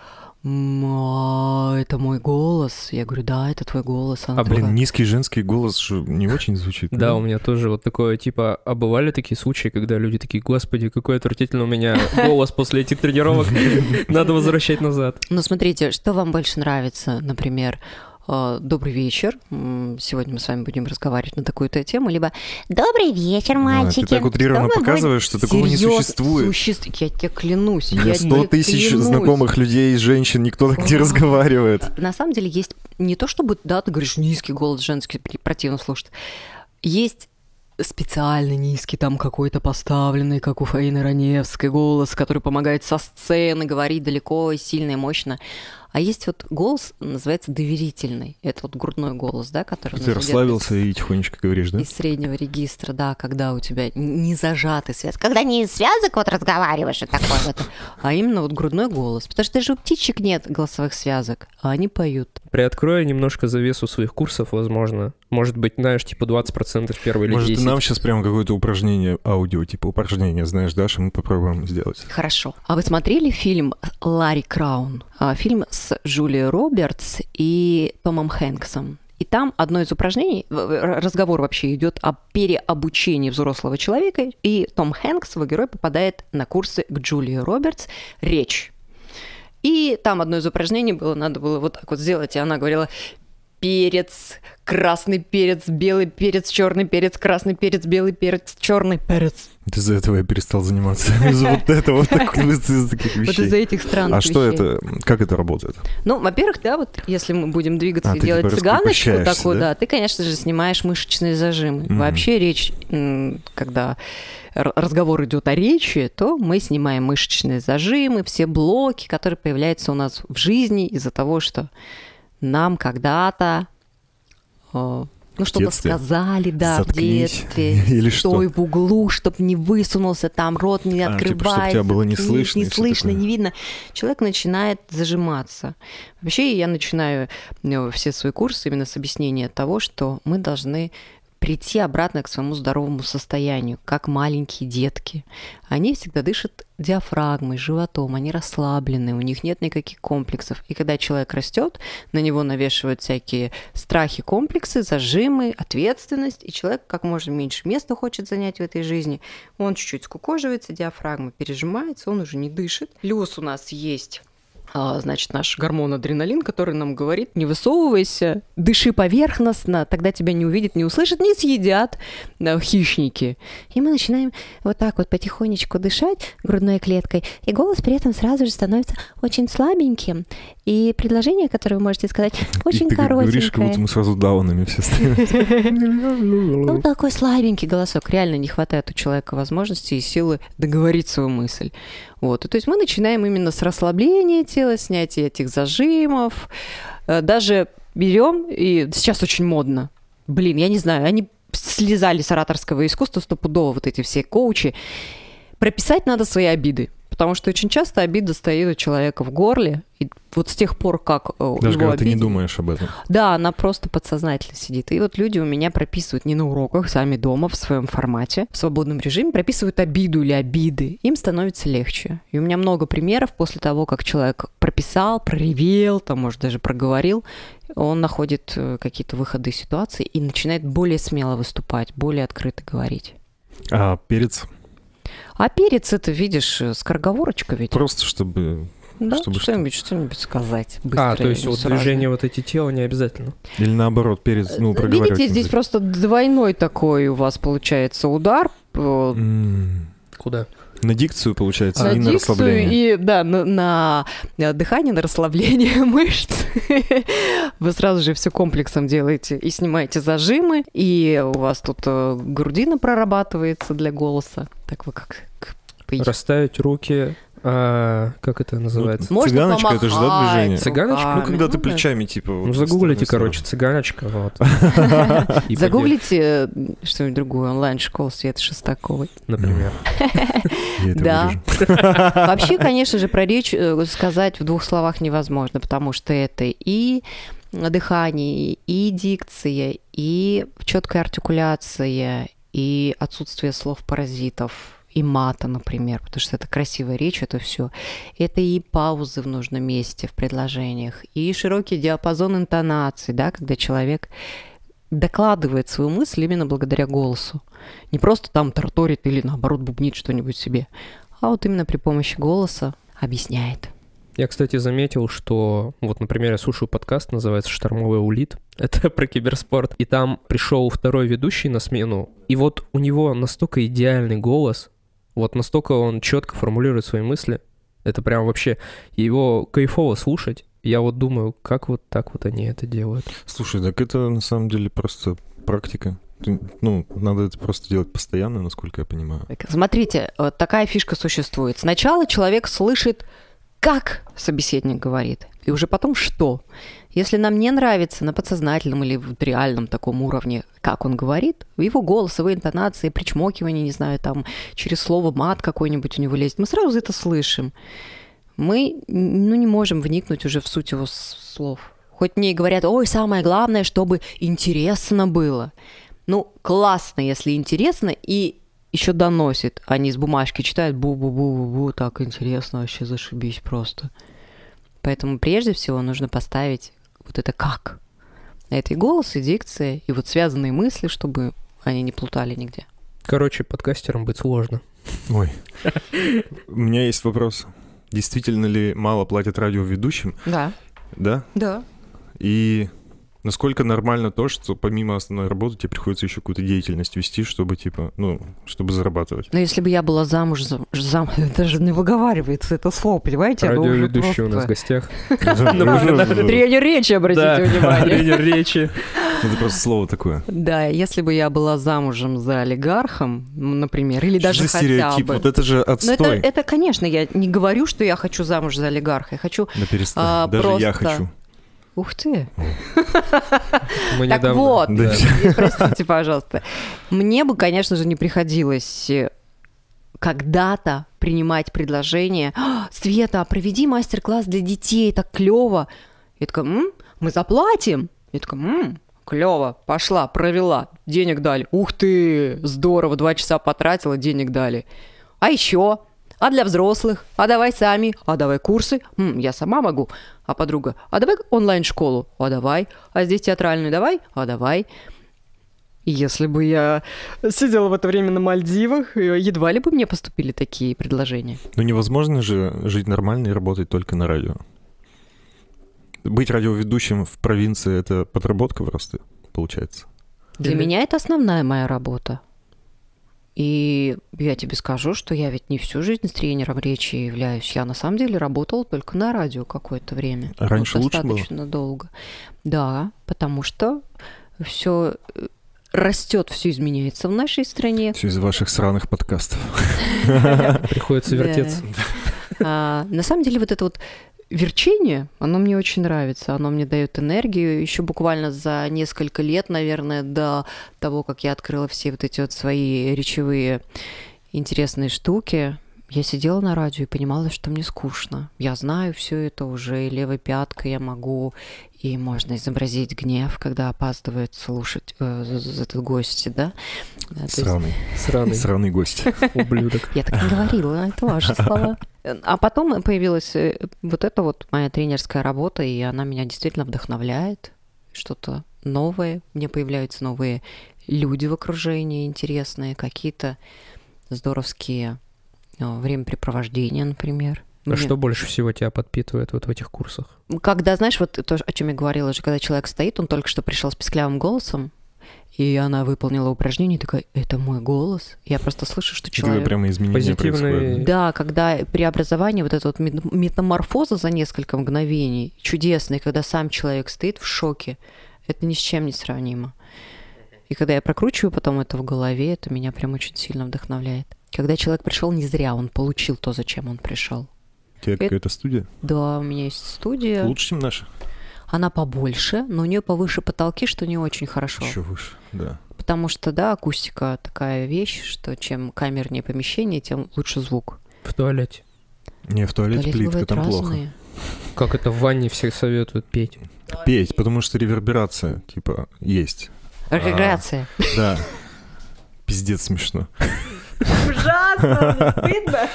Speaker 2: «М, а, это мой голос. Я говорю, да, это твой голос. Она
Speaker 1: А, блин,
Speaker 2: такая,
Speaker 1: низкий женский голос же не очень звучит.
Speaker 3: Да, у меня тоже вот такое, типа, а бывали такие случаи, когда люди такие, господи, какой отвратительный у меня голос после этих тренировок, надо возвращать назад.
Speaker 2: Ну, смотрите, что вам больше нравится, например, э, «Добрый вечер». М, Сегодня мы с вами будем разговаривать на такую-то тему. Либо «Добрый вечер,
Speaker 1: А,
Speaker 2: мальчики».
Speaker 1: Ты так утрированно
Speaker 2: Что мы будем-»
Speaker 1: показываешь, что такого не
Speaker 2: Серьёзно,
Speaker 1: существует.
Speaker 2: суще- Я тебе клянусь.
Speaker 1: У меня
Speaker 2: я
Speaker 1: 100
Speaker 2: тебе
Speaker 1: тысяч
Speaker 2: клянусь.
Speaker 1: знакомых людей, женщин, никто так не
Speaker 2: Ага.
Speaker 1: разговаривает.
Speaker 2: На самом деле есть не то, чтобы, да, ты говоришь, низкий голос женский, пр- противно слушать. Есть специально низкий, там какой-то поставленный, как у Фаины Раневской, голос, который помогает со сцены говорить далеко и сильно, и мощно. А есть вот голос, называется доверительный. Это вот грудной голос, да, который... у
Speaker 1: Ты
Speaker 2: нас идёт
Speaker 1: расслабился
Speaker 2: из-
Speaker 1: и тихонечко говоришь, да?
Speaker 2: Из среднего регистра, да, когда у тебя н- не зажатый связки.
Speaker 4: когда не из связок вот разговариваешь, вот такой вот.
Speaker 2: А именно вот грудной голос. Потому что даже у птичек нет голосовых связок, а они поют.
Speaker 3: Приоткрою немножко завесу своих курсов, возможно. Может быть, знаешь, типа 20% первые или
Speaker 1: Может,
Speaker 3: 10.
Speaker 1: ты нам сейчас прям какое-то упражнение аудио, типа упражнение, знаешь, Даша, мы попробуем сделать.
Speaker 2: Хорошо. А вы смотрели фильм «Ларри Краун»? А, Фильм с Джулией Робертс и Томом Хэнксом. И там одно из упражнений, в- в- р- разговор вообще идет о переобучении взрослого человека, и Том Хэнкс, его герой, попадает на курсы к Джулии Робертс «Речь». И там одно из упражнений было, надо было вот так вот сделать, и она говорила перец, красный перец, белый перец, черный перец, красный перец, белый перец, черный перец.
Speaker 1: Из-за этого я перестал заниматься. Из-за вот этого, вот так- из-за таких
Speaker 2: Вот из-за
Speaker 1: вещей.
Speaker 2: этих странных
Speaker 1: А что
Speaker 2: вещей.
Speaker 1: это, как это работает?
Speaker 2: Ну, во-первых, да, вот если мы будем двигаться
Speaker 1: А,
Speaker 2: и
Speaker 1: ты
Speaker 2: делать
Speaker 1: типа
Speaker 2: цыганочку
Speaker 1: раскрепощаешься,
Speaker 2: такую,
Speaker 1: да?
Speaker 2: да? ты, конечно же, снимаешь мышечные зажимы.
Speaker 1: Мгм.
Speaker 2: Вообще речь, м, когда р- разговор идет о речи, то мы снимаем мышечные зажимы, все блоки, которые появляются у нас в жизни из-за того, что нам когда-то э, ну, что-то
Speaker 1: детстве.
Speaker 2: сказали, да,
Speaker 1: Заткнись.
Speaker 2: в детстве.
Speaker 1: Или
Speaker 2: Стой
Speaker 1: что?
Speaker 2: в углу, чтобы не высунулся, там рот не
Speaker 1: А, типа, чтоб
Speaker 2: открывается.
Speaker 1: тебя было не
Speaker 2: заткнись,
Speaker 1: слышно и
Speaker 2: Не
Speaker 1: всё
Speaker 2: слышно,
Speaker 1: такое.
Speaker 2: не видно. Человек начинает зажиматься. Вообще я начинаю э, все свои курсы именно с объяснения того, что мы должны прийти обратно к своему здоровому состоянию, как маленькие детки. Они всегда дышат диафрагмой, животом, они расслаблены, у них нет никаких комплексов. И когда человек растет, на него навешивают всякие страхи, комплексы, зажимы, ответственность, и человек как можно меньше места хочет занять в этой жизни. Он чуть-чуть скукоживается, диафрагма пережимается, он уже не дышит. Плюс у нас есть а, значит, наш гормон адреналин, который нам говорит, не высовывайся, дыши поверхностно, тогда тебя не увидят, не услышат, не съедят э, хищники.
Speaker 4: И мы начинаем вот так вот потихонечку дышать грудной клеткой, и голос при этом сразу же становится очень слабеньким. И предложение, которое вы можете сказать, очень
Speaker 1: и ты говоришь, как будто
Speaker 4: коротенькое.
Speaker 1: мы сразу даунами все
Speaker 2: Ну,
Speaker 1: стали.
Speaker 2: такой слабенький голосок. Реально не хватает у человека возможности и силы договорить свою мысль. Вот. И то есть мы начинаем именно с расслабления тела, снятия этих зажимов. Э, Даже берем, и сейчас очень модно. Блин, я не знаю, они слезали с ораторского искусства стопудово, вот эти все коучи. Прописать надо свои обиды. Потому что очень часто обида стоит у человека в горле. И вот с тех пор, как э,
Speaker 1: Даже
Speaker 2: его
Speaker 1: когда ты не
Speaker 2: обидели-
Speaker 1: думаешь об этом.
Speaker 2: да, она просто подсознательно сидит. И вот люди у меня прописывают не на уроках, сами дома, в своем формате, в свободном режиме, прописывают обиду или обиды. Им становится легче. И у меня много примеров после того, как человек прописал, проревел, там, может, даже проговорил, он находит э, какие-то выходы из ситуации и начинает более смело выступать, более открыто говорить.
Speaker 1: А перец
Speaker 2: А перец это, видишь, э, скороговорочка ведь.
Speaker 1: просто, чтобы...
Speaker 2: да,
Speaker 1: чтобы
Speaker 2: что-нибудь, что-нибудь сказать. Быстро
Speaker 3: А, то есть
Speaker 2: и
Speaker 3: вот
Speaker 2: сразу.
Speaker 3: движение вот эти тела не обязательно.
Speaker 1: Или наоборот, перец, ну, проговаривать.
Speaker 2: Видите, здесь э, просто двойной такой у вас получается удар. э,
Speaker 1: М,
Speaker 3: Куда?
Speaker 1: На дикцию, получается,
Speaker 5: На
Speaker 1: и а, на
Speaker 5: дикцию
Speaker 1: расслабление.
Speaker 2: И да, на, на, э, дыхание, на расслабление мышц. Вы сразу же все комплексом делаете и снимаете зажимы, и у вас тут э, грудина прорабатывается для голоса. Так вы как к- пи-
Speaker 3: Расставить руки, а, как это называется?
Speaker 2: Можно
Speaker 1: Цыганочка, это же, да,
Speaker 2: помахать
Speaker 1: движение?
Speaker 3: Цыганочка?
Speaker 1: Ну,
Speaker 2: руками.
Speaker 1: когда ты
Speaker 2: Ну, да.
Speaker 1: плечами, типа... вот
Speaker 3: Ну,
Speaker 1: с стороны
Speaker 3: загуглите,
Speaker 1: в сторону.
Speaker 3: короче, цыганочка. Вот. И
Speaker 2: Загуглите э, что-нибудь другое, онлайн-школу Светы Шестаковой.
Speaker 3: поди- Например.
Speaker 1: Я это
Speaker 2: Да.
Speaker 1: вырежу.
Speaker 2: Вообще, конечно же, про речь э, сказать в двух словах невозможно, потому что это и дыхание, и дикция, и четкая артикуляция, и отсутствие слов-паразитов, и мата, например, потому что это красивая речь, это все. Это и паузы в нужном месте в предложениях, и широкий диапазон интонаций, да, когда человек докладывает свою мысль именно благодаря голосу. Не просто там тарторит или наоборот бубнит что-нибудь себе, а вот именно при помощи голоса объясняет.
Speaker 3: Я, кстати, заметил, что вот, например, я слушаю подкаст, называется «Штормовой улит». Это про киберспорт. И там пришел второй ведущий на смену. И вот у него настолько идеальный голос, вот настолько он четко формулирует свои мысли. Это прям вообще его кайфово слушать. Я вот думаю, как вот так вот они это делают.
Speaker 1: Слушай, так это на самом деле просто практика. Ты- Ну, надо это просто делать постоянно, насколько я понимаю.
Speaker 2: Так, Смотрите, вот такая фишка существует. Сначала человек слышит, как собеседник говорит, и уже потом что. Если нам не нравится на подсознательном или вот реальном таком уровне, как он говорит, его голос, его интонации, причмокивание, не знаю, там через слово мат какой-нибудь у него лезет, мы сразу это слышим. Мы ну, не можем вникнуть уже в суть его с- слов. Хоть мне и говорят, ой, самое главное, чтобы интересно было. Ну, классно, если интересно, и еще доносит, а не с бумажки читает бу-бу-бу-бу-бу, так интересно, вообще зашибись просто. Поэтому прежде всего нужно поставить вот это «как». Это и голос, и дикция, и вот связанные мысли, чтобы они не плутали нигде.
Speaker 3: Короче, подкастером быть сложно.
Speaker 1: Ой. У меня есть вопрос. Действительно ли мало платят радиоведущим,
Speaker 2: Да,
Speaker 1: да?
Speaker 2: да.
Speaker 1: И насколько нормально то, что помимо основной работы тебе приходится еще какую-то деятельность вести, чтобы, типа, ну, чтобы зарабатывать?
Speaker 2: Но Ну, если бы я была замуж, зам, зам- даже не выговаривается это слово, понимаете? Оно уже
Speaker 3: Радиоведущий у
Speaker 2: просто-
Speaker 3: нас в гостях.
Speaker 1: Ну,
Speaker 2: Ну,
Speaker 1: Это
Speaker 2: Тренер речи, обратите внимание.
Speaker 3: речи.
Speaker 1: Ну, просто слово такое.
Speaker 2: Да, если бы я была замужем за олигархом, м, например, или даже
Speaker 1: Что за
Speaker 2: хотя
Speaker 1: стереотип?
Speaker 2: бы.
Speaker 1: Вот это же
Speaker 2: Но это, э,
Speaker 1: отстой.
Speaker 2: это, конечно, я не говорю, что я хочу замуж за олигарха. Я хочу...
Speaker 1: Да
Speaker 2: а,
Speaker 1: перестань. Даже я
Speaker 2: просто-
Speaker 1: хочу.
Speaker 2: Ух ты!
Speaker 3: Мы
Speaker 2: Так
Speaker 3: недавно-
Speaker 2: вот,
Speaker 1: Да.
Speaker 2: простите, пожалуйста. Мне бы, конечно же, не приходилось э, когда-то принимать предложение «А, «Света, а проведи мастер-класс для детей, так клево!» Я такая «М, «Мы заплатим!» Я такая «М, клево, пошла, провела, денег дали. Ух ты, здорово, два часа потратила, денег дали. А еще? А для взрослых? А давай сами? А давай курсы? М, я сама могу. А подруга? А давай онлайн-школу? А давай. А здесь театральную давай? А давай. И Если бы я сидела в это время на Мальдивах, э, едва ли бы мне поступили такие предложения.
Speaker 1: Ну невозможно же жить нормально и работать только на радио. Быть радиоведущим в провинции — это подработка просто, получается.
Speaker 2: Для
Speaker 3: Или-
Speaker 2: меня это основная моя работа. И я тебе скажу, что я ведь не всю жизнь с тренером речи являюсь. Я на самом деле работала только на радио какое-то время.
Speaker 1: А раньше лучше было?
Speaker 2: Достаточно долго. Да, потому что все растет, все изменяется в нашей стране.
Speaker 1: Все из ваших сраных подкастов.
Speaker 3: Приходится
Speaker 2: Да.
Speaker 3: вертеться.
Speaker 2: А, на самом деле вот это вот верчение, оно мне очень нравится, оно мне дает энергию. Еще буквально за несколько лет, наверное, до того, как я открыла все вот эти вот свои речевые интересные штуки, я сидела на радио и понимала, что мне скучно. Я знаю все это уже, и левой пяткой я могу, и можно изобразить гнев, когда опаздывает слушать э, з- з- этот гость, да? Да, то есть-
Speaker 1: Сраный.
Speaker 3: Сраный
Speaker 1: Сраный гость.
Speaker 3: ублюдок.
Speaker 2: я так не говорила, это ваши слова. А потом появилась э, вот эта вот моя тренерская работа, и она меня действительно вдохновляет. Что-то новое. У меня появляются новые люди в окружении интересные, какие-то здоровские э, времяпрепровождения, например.
Speaker 3: А
Speaker 2: Мне-
Speaker 3: что больше всего тебя подпитывает вот в этих курсах?
Speaker 2: Когда, знаешь, вот то, о чем я говорила, уже когда человек стоит, он только что пришел с писклявым голосом, И она выполнила упражнение, и такая, это мой голос. Я просто слышу, что
Speaker 1: Когда
Speaker 2: человек...
Speaker 1: прямо изменения
Speaker 3: Позитивные-
Speaker 1: происходят.
Speaker 2: Да, когда преобразование, вот эта вот мет- метаморфоза за несколько мгновений чудесная, когда сам человек стоит в шоке, это ни с чем не сравнимо. И когда я прокручиваю потом это в голове, это меня прям очень сильно вдохновляет. Когда человек пришел не зря, он получил то, зачем он пришел.
Speaker 1: У тебя
Speaker 2: Это-
Speaker 1: какая-то студия?
Speaker 2: Да, у меня есть студия.
Speaker 1: Лучше, чем наша?
Speaker 2: Она побольше, но у нее повыше потолки, что не очень хорошо.
Speaker 1: Еще выше, да.
Speaker 2: Потому что, да, акустика такая вещь, что чем камернее помещение, тем лучше звук.
Speaker 3: В туалете.
Speaker 1: Не, в туалете
Speaker 2: Туалеты
Speaker 1: плитка,
Speaker 2: бывают
Speaker 1: там плохо.
Speaker 2: разные.
Speaker 3: Как это в ванне все советуют петь.
Speaker 1: Петь, потому что реверберация, типа, есть.
Speaker 2: Регреграция.
Speaker 1: Да. Пиздец смешно.
Speaker 4: Ужасно, стыдно.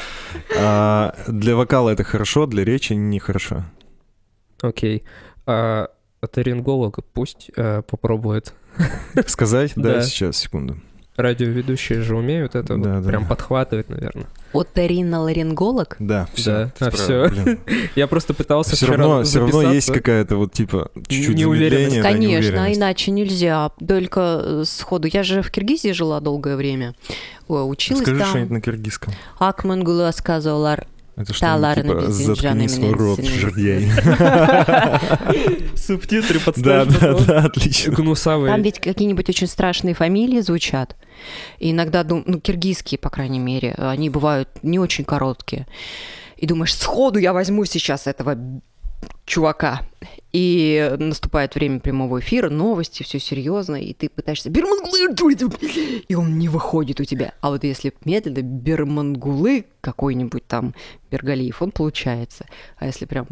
Speaker 1: А для вокала это хорошо, для речи нехорошо.
Speaker 3: Окей. А оторинголог пусть э, попробует.
Speaker 1: Сказать? Да,
Speaker 3: Да.
Speaker 1: сейчас, секунду.
Speaker 3: Радиоведущие же умеют это вот
Speaker 1: Да, да.
Speaker 3: прям подхватывать, наверное.
Speaker 2: Оториноларинголог?
Speaker 1: Да,
Speaker 3: Да.
Speaker 1: все.
Speaker 3: А, всё. Я просто пытался
Speaker 1: Все
Speaker 3: вчера
Speaker 1: равно, все равно
Speaker 3: записаться.
Speaker 1: есть какая-то вот типа чуть-чуть
Speaker 3: Неуверенность.
Speaker 1: замедление, да,
Speaker 2: Конечно, а
Speaker 1: неуверенность.
Speaker 2: иначе нельзя. Только э, сходу. Я же в Киргизии жила долгое время. О, Училась
Speaker 1: Скажи что-нибудь
Speaker 2: там.
Speaker 1: на киргизском.
Speaker 2: Акман Гулуа сказал
Speaker 1: Это что
Speaker 2: Талар
Speaker 1: типа
Speaker 2: написан,
Speaker 1: «Заткни
Speaker 2: Джана
Speaker 1: свой
Speaker 2: Минин,
Speaker 1: рот,
Speaker 2: Сильвестр».
Speaker 1: жердяй».
Speaker 3: Субтитры
Speaker 1: Да,
Speaker 3: подставь.
Speaker 1: да,
Speaker 3: потом.
Speaker 1: да, отлично.
Speaker 3: Гнусавые.
Speaker 2: Там ведь какие-нибудь очень страшные фамилии звучат. И иногда, дум- ну, киргизские, по крайней мере, они бывают не очень короткие. И думаешь, сходу я возьму сейчас этого чувака. И наступает время прямого эфира, новости, все серьезно, и ты пытаешься «Бермангулы!» и он не выходит у тебя. А вот если медленно Бермангулы какой-нибудь там Бергалиев, он получается. А если прям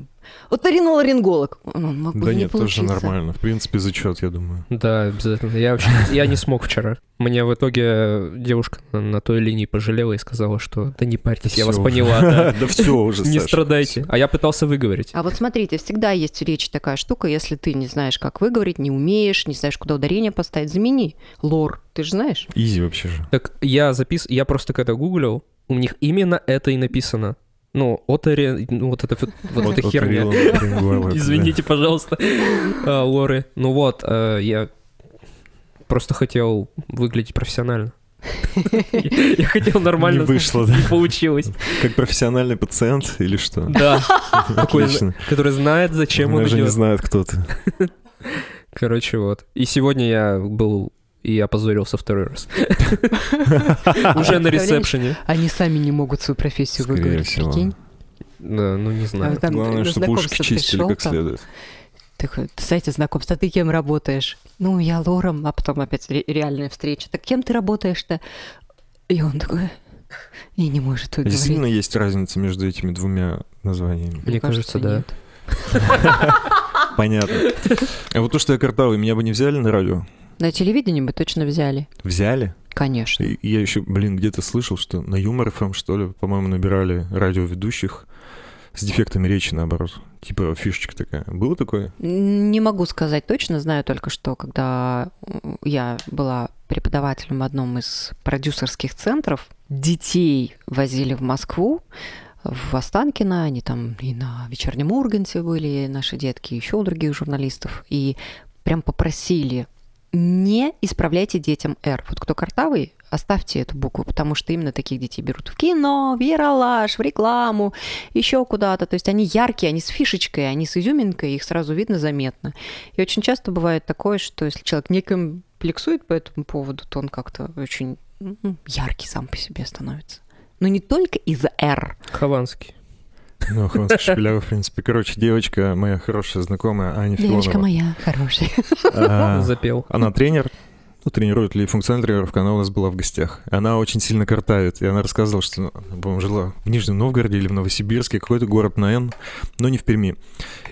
Speaker 2: вот ларинголог, он, он мог бы
Speaker 1: Да
Speaker 2: не
Speaker 1: нет, тоже
Speaker 2: получиться.
Speaker 1: нормально. В принципе, зачет, я думаю.
Speaker 3: Да, обязательно. Я вообще я не смог вчера. Мне в итоге девушка на, на той линии пожалела и сказала, что да не парьтесь, я вас
Speaker 1: Всё
Speaker 3: поняла. да.
Speaker 1: Да все уже,
Speaker 3: Не
Speaker 1: Саша,
Speaker 3: страдайте. А я пытался выговорить.
Speaker 2: А вот смотрите, всегда есть в речи такая штука, если ты не знаешь, как выговорить, не умеешь, не знаешь, куда ударение поставить, замени. Лор, ты же знаешь?
Speaker 1: всё. Изи вообще же.
Speaker 3: Так я запис, я просто когда гуглил, у них именно это и написано. Ну, отори, ну вот это вот, вот эта
Speaker 1: Вот
Speaker 3: херня.
Speaker 1: Рилан Гринвелл, это,
Speaker 3: Извините, пожалуйста, а, Лоры. Ну вот, а, я просто хотел выглядеть профессионально. Я я хотел
Speaker 1: да. Не
Speaker 3: нормально.
Speaker 1: вышло, да? Ну
Speaker 3: Не получилось.
Speaker 1: Как профессиональный пациент или что?
Speaker 3: Да. Такой,
Speaker 1: Отлично.
Speaker 3: который знает, зачем он
Speaker 1: Даже не
Speaker 3: идет.
Speaker 1: знает, кто ты.
Speaker 3: Короче, вот. И сегодня я был и опозорился второй раз. Уже на
Speaker 2: Представляешь?
Speaker 3: ресепшене.
Speaker 2: Они сами не могут свою профессию
Speaker 1: Скорее
Speaker 2: выговорить,
Speaker 1: всего.
Speaker 2: Типа, прикинь.
Speaker 3: Да, ну не
Speaker 2: А
Speaker 3: знаю.
Speaker 2: вот там
Speaker 1: Главное,
Speaker 2: на
Speaker 1: чтобы ушки
Speaker 2: знакомство
Speaker 1: чистили
Speaker 2: пришёл
Speaker 1: как
Speaker 2: там,
Speaker 1: следует.
Speaker 2: Такой, «Ты, кстати, знакомство, а ты кем работаешь? Ну, я лором, а потом опять ре- реальная встреча. Так кем ты работаешь-то? И он такой, и не может
Speaker 1: А
Speaker 2: выговорить.
Speaker 1: Действительно есть разница между этими двумя названиями.
Speaker 3: Мне кажется, да.
Speaker 2: нет.
Speaker 1: Понятно. А вот то, что я картавый, меня бы не взяли на радио?
Speaker 2: На телевидении бы точно взяли.
Speaker 1: Взяли?
Speaker 2: Конечно.
Speaker 1: И Я еще, блин, где-то слышал, что на Юмор ФМ, что ли, по-моему, набирали радиоведущих с дефектами речи, наоборот. Типа фишечка такая. Было такое?
Speaker 2: Не могу сказать точно, знаю только, что когда м, я была преподавателем в одном из продюсерских центров, детей возили в Москву, в Останкино, они там и на «Вечернем Урганте» были, наши детки, еще у других журналистов, и прям попросили не исправляйте детям «Р». Вот кто картавый, оставьте эту букву, потому что именно таких детей берут в кино, в яролаж, в рекламу, еще куда-то. То есть они яркие, они с фишечкой, они с изюминкой, их сразу видно заметно. И очень часто бывает такое, что если человек не комплексует по этому поводу, то он как-то очень ну, яркий сам по себе становится. Но не только из-за «Р».
Speaker 3: Хованский.
Speaker 1: Ну, Хванский Шепелявый, в принципе. Короче, девочка, моя хорошая знакомая Аня
Speaker 2: Девочка
Speaker 1: Филонова.
Speaker 2: моя хорошая.
Speaker 1: а,
Speaker 3: Запел.
Speaker 1: Она тренер, ну, тренирует ли функциональных тренеров, она у нас была в гостях. Она очень сильно картавит, и она рассказывала, что, ну, по-моему, жила в Нижнем Новгороде или в Новосибирске, какой-то город на Н, но не в Перми.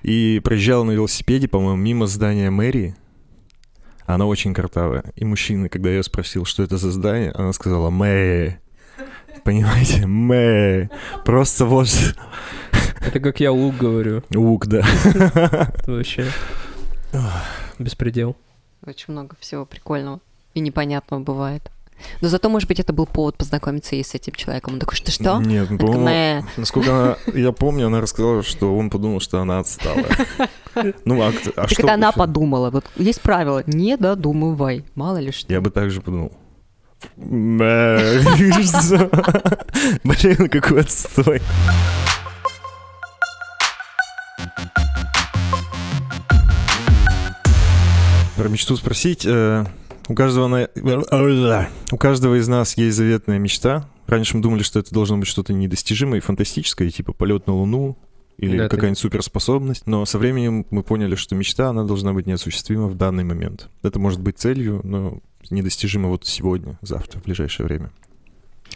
Speaker 1: И проезжала на велосипеде, по-моему, мимо здания мэрии. Она очень картавая. И мужчины, когда я ее спросил, что это за здание, она сказала «мэ». Понимаете? Мэ. Просто вот
Speaker 3: Это как я лук говорю.
Speaker 1: лук, да.
Speaker 3: Это вообще беспредел.
Speaker 2: Очень много всего прикольного и непонятного бывает. Но зато, может быть, это был повод познакомиться и с этим человеком. Он такой, что что?
Speaker 1: Нет,
Speaker 2: Она
Speaker 1: ну,
Speaker 2: такая,
Speaker 1: по-моему,
Speaker 2: «Мэ».
Speaker 1: Насколько она- я помню, она рассказала, что он подумал, что она отстала. Ну, а, кто- а
Speaker 2: Так
Speaker 1: что?
Speaker 2: это она
Speaker 1: почему?
Speaker 2: подумала. Вот есть правило, не додумывай, мало ли что.
Speaker 1: Я бы так же подумал. Мэ, что? Блин, какой отстой. Про мечту спросить. э, У каждого, она- у каждого из нас есть заветная мечта. Раньше мы думали, что это должно быть что-то недостижимое и фантастическое, типа полет на Луну или
Speaker 3: Да, это-
Speaker 1: какая-нибудь суперспособность. Но со временем мы поняли, что мечта, она должна быть неосуществима в данный момент. Это может быть целью, но недостижимо вот сегодня, завтра, в ближайшее время.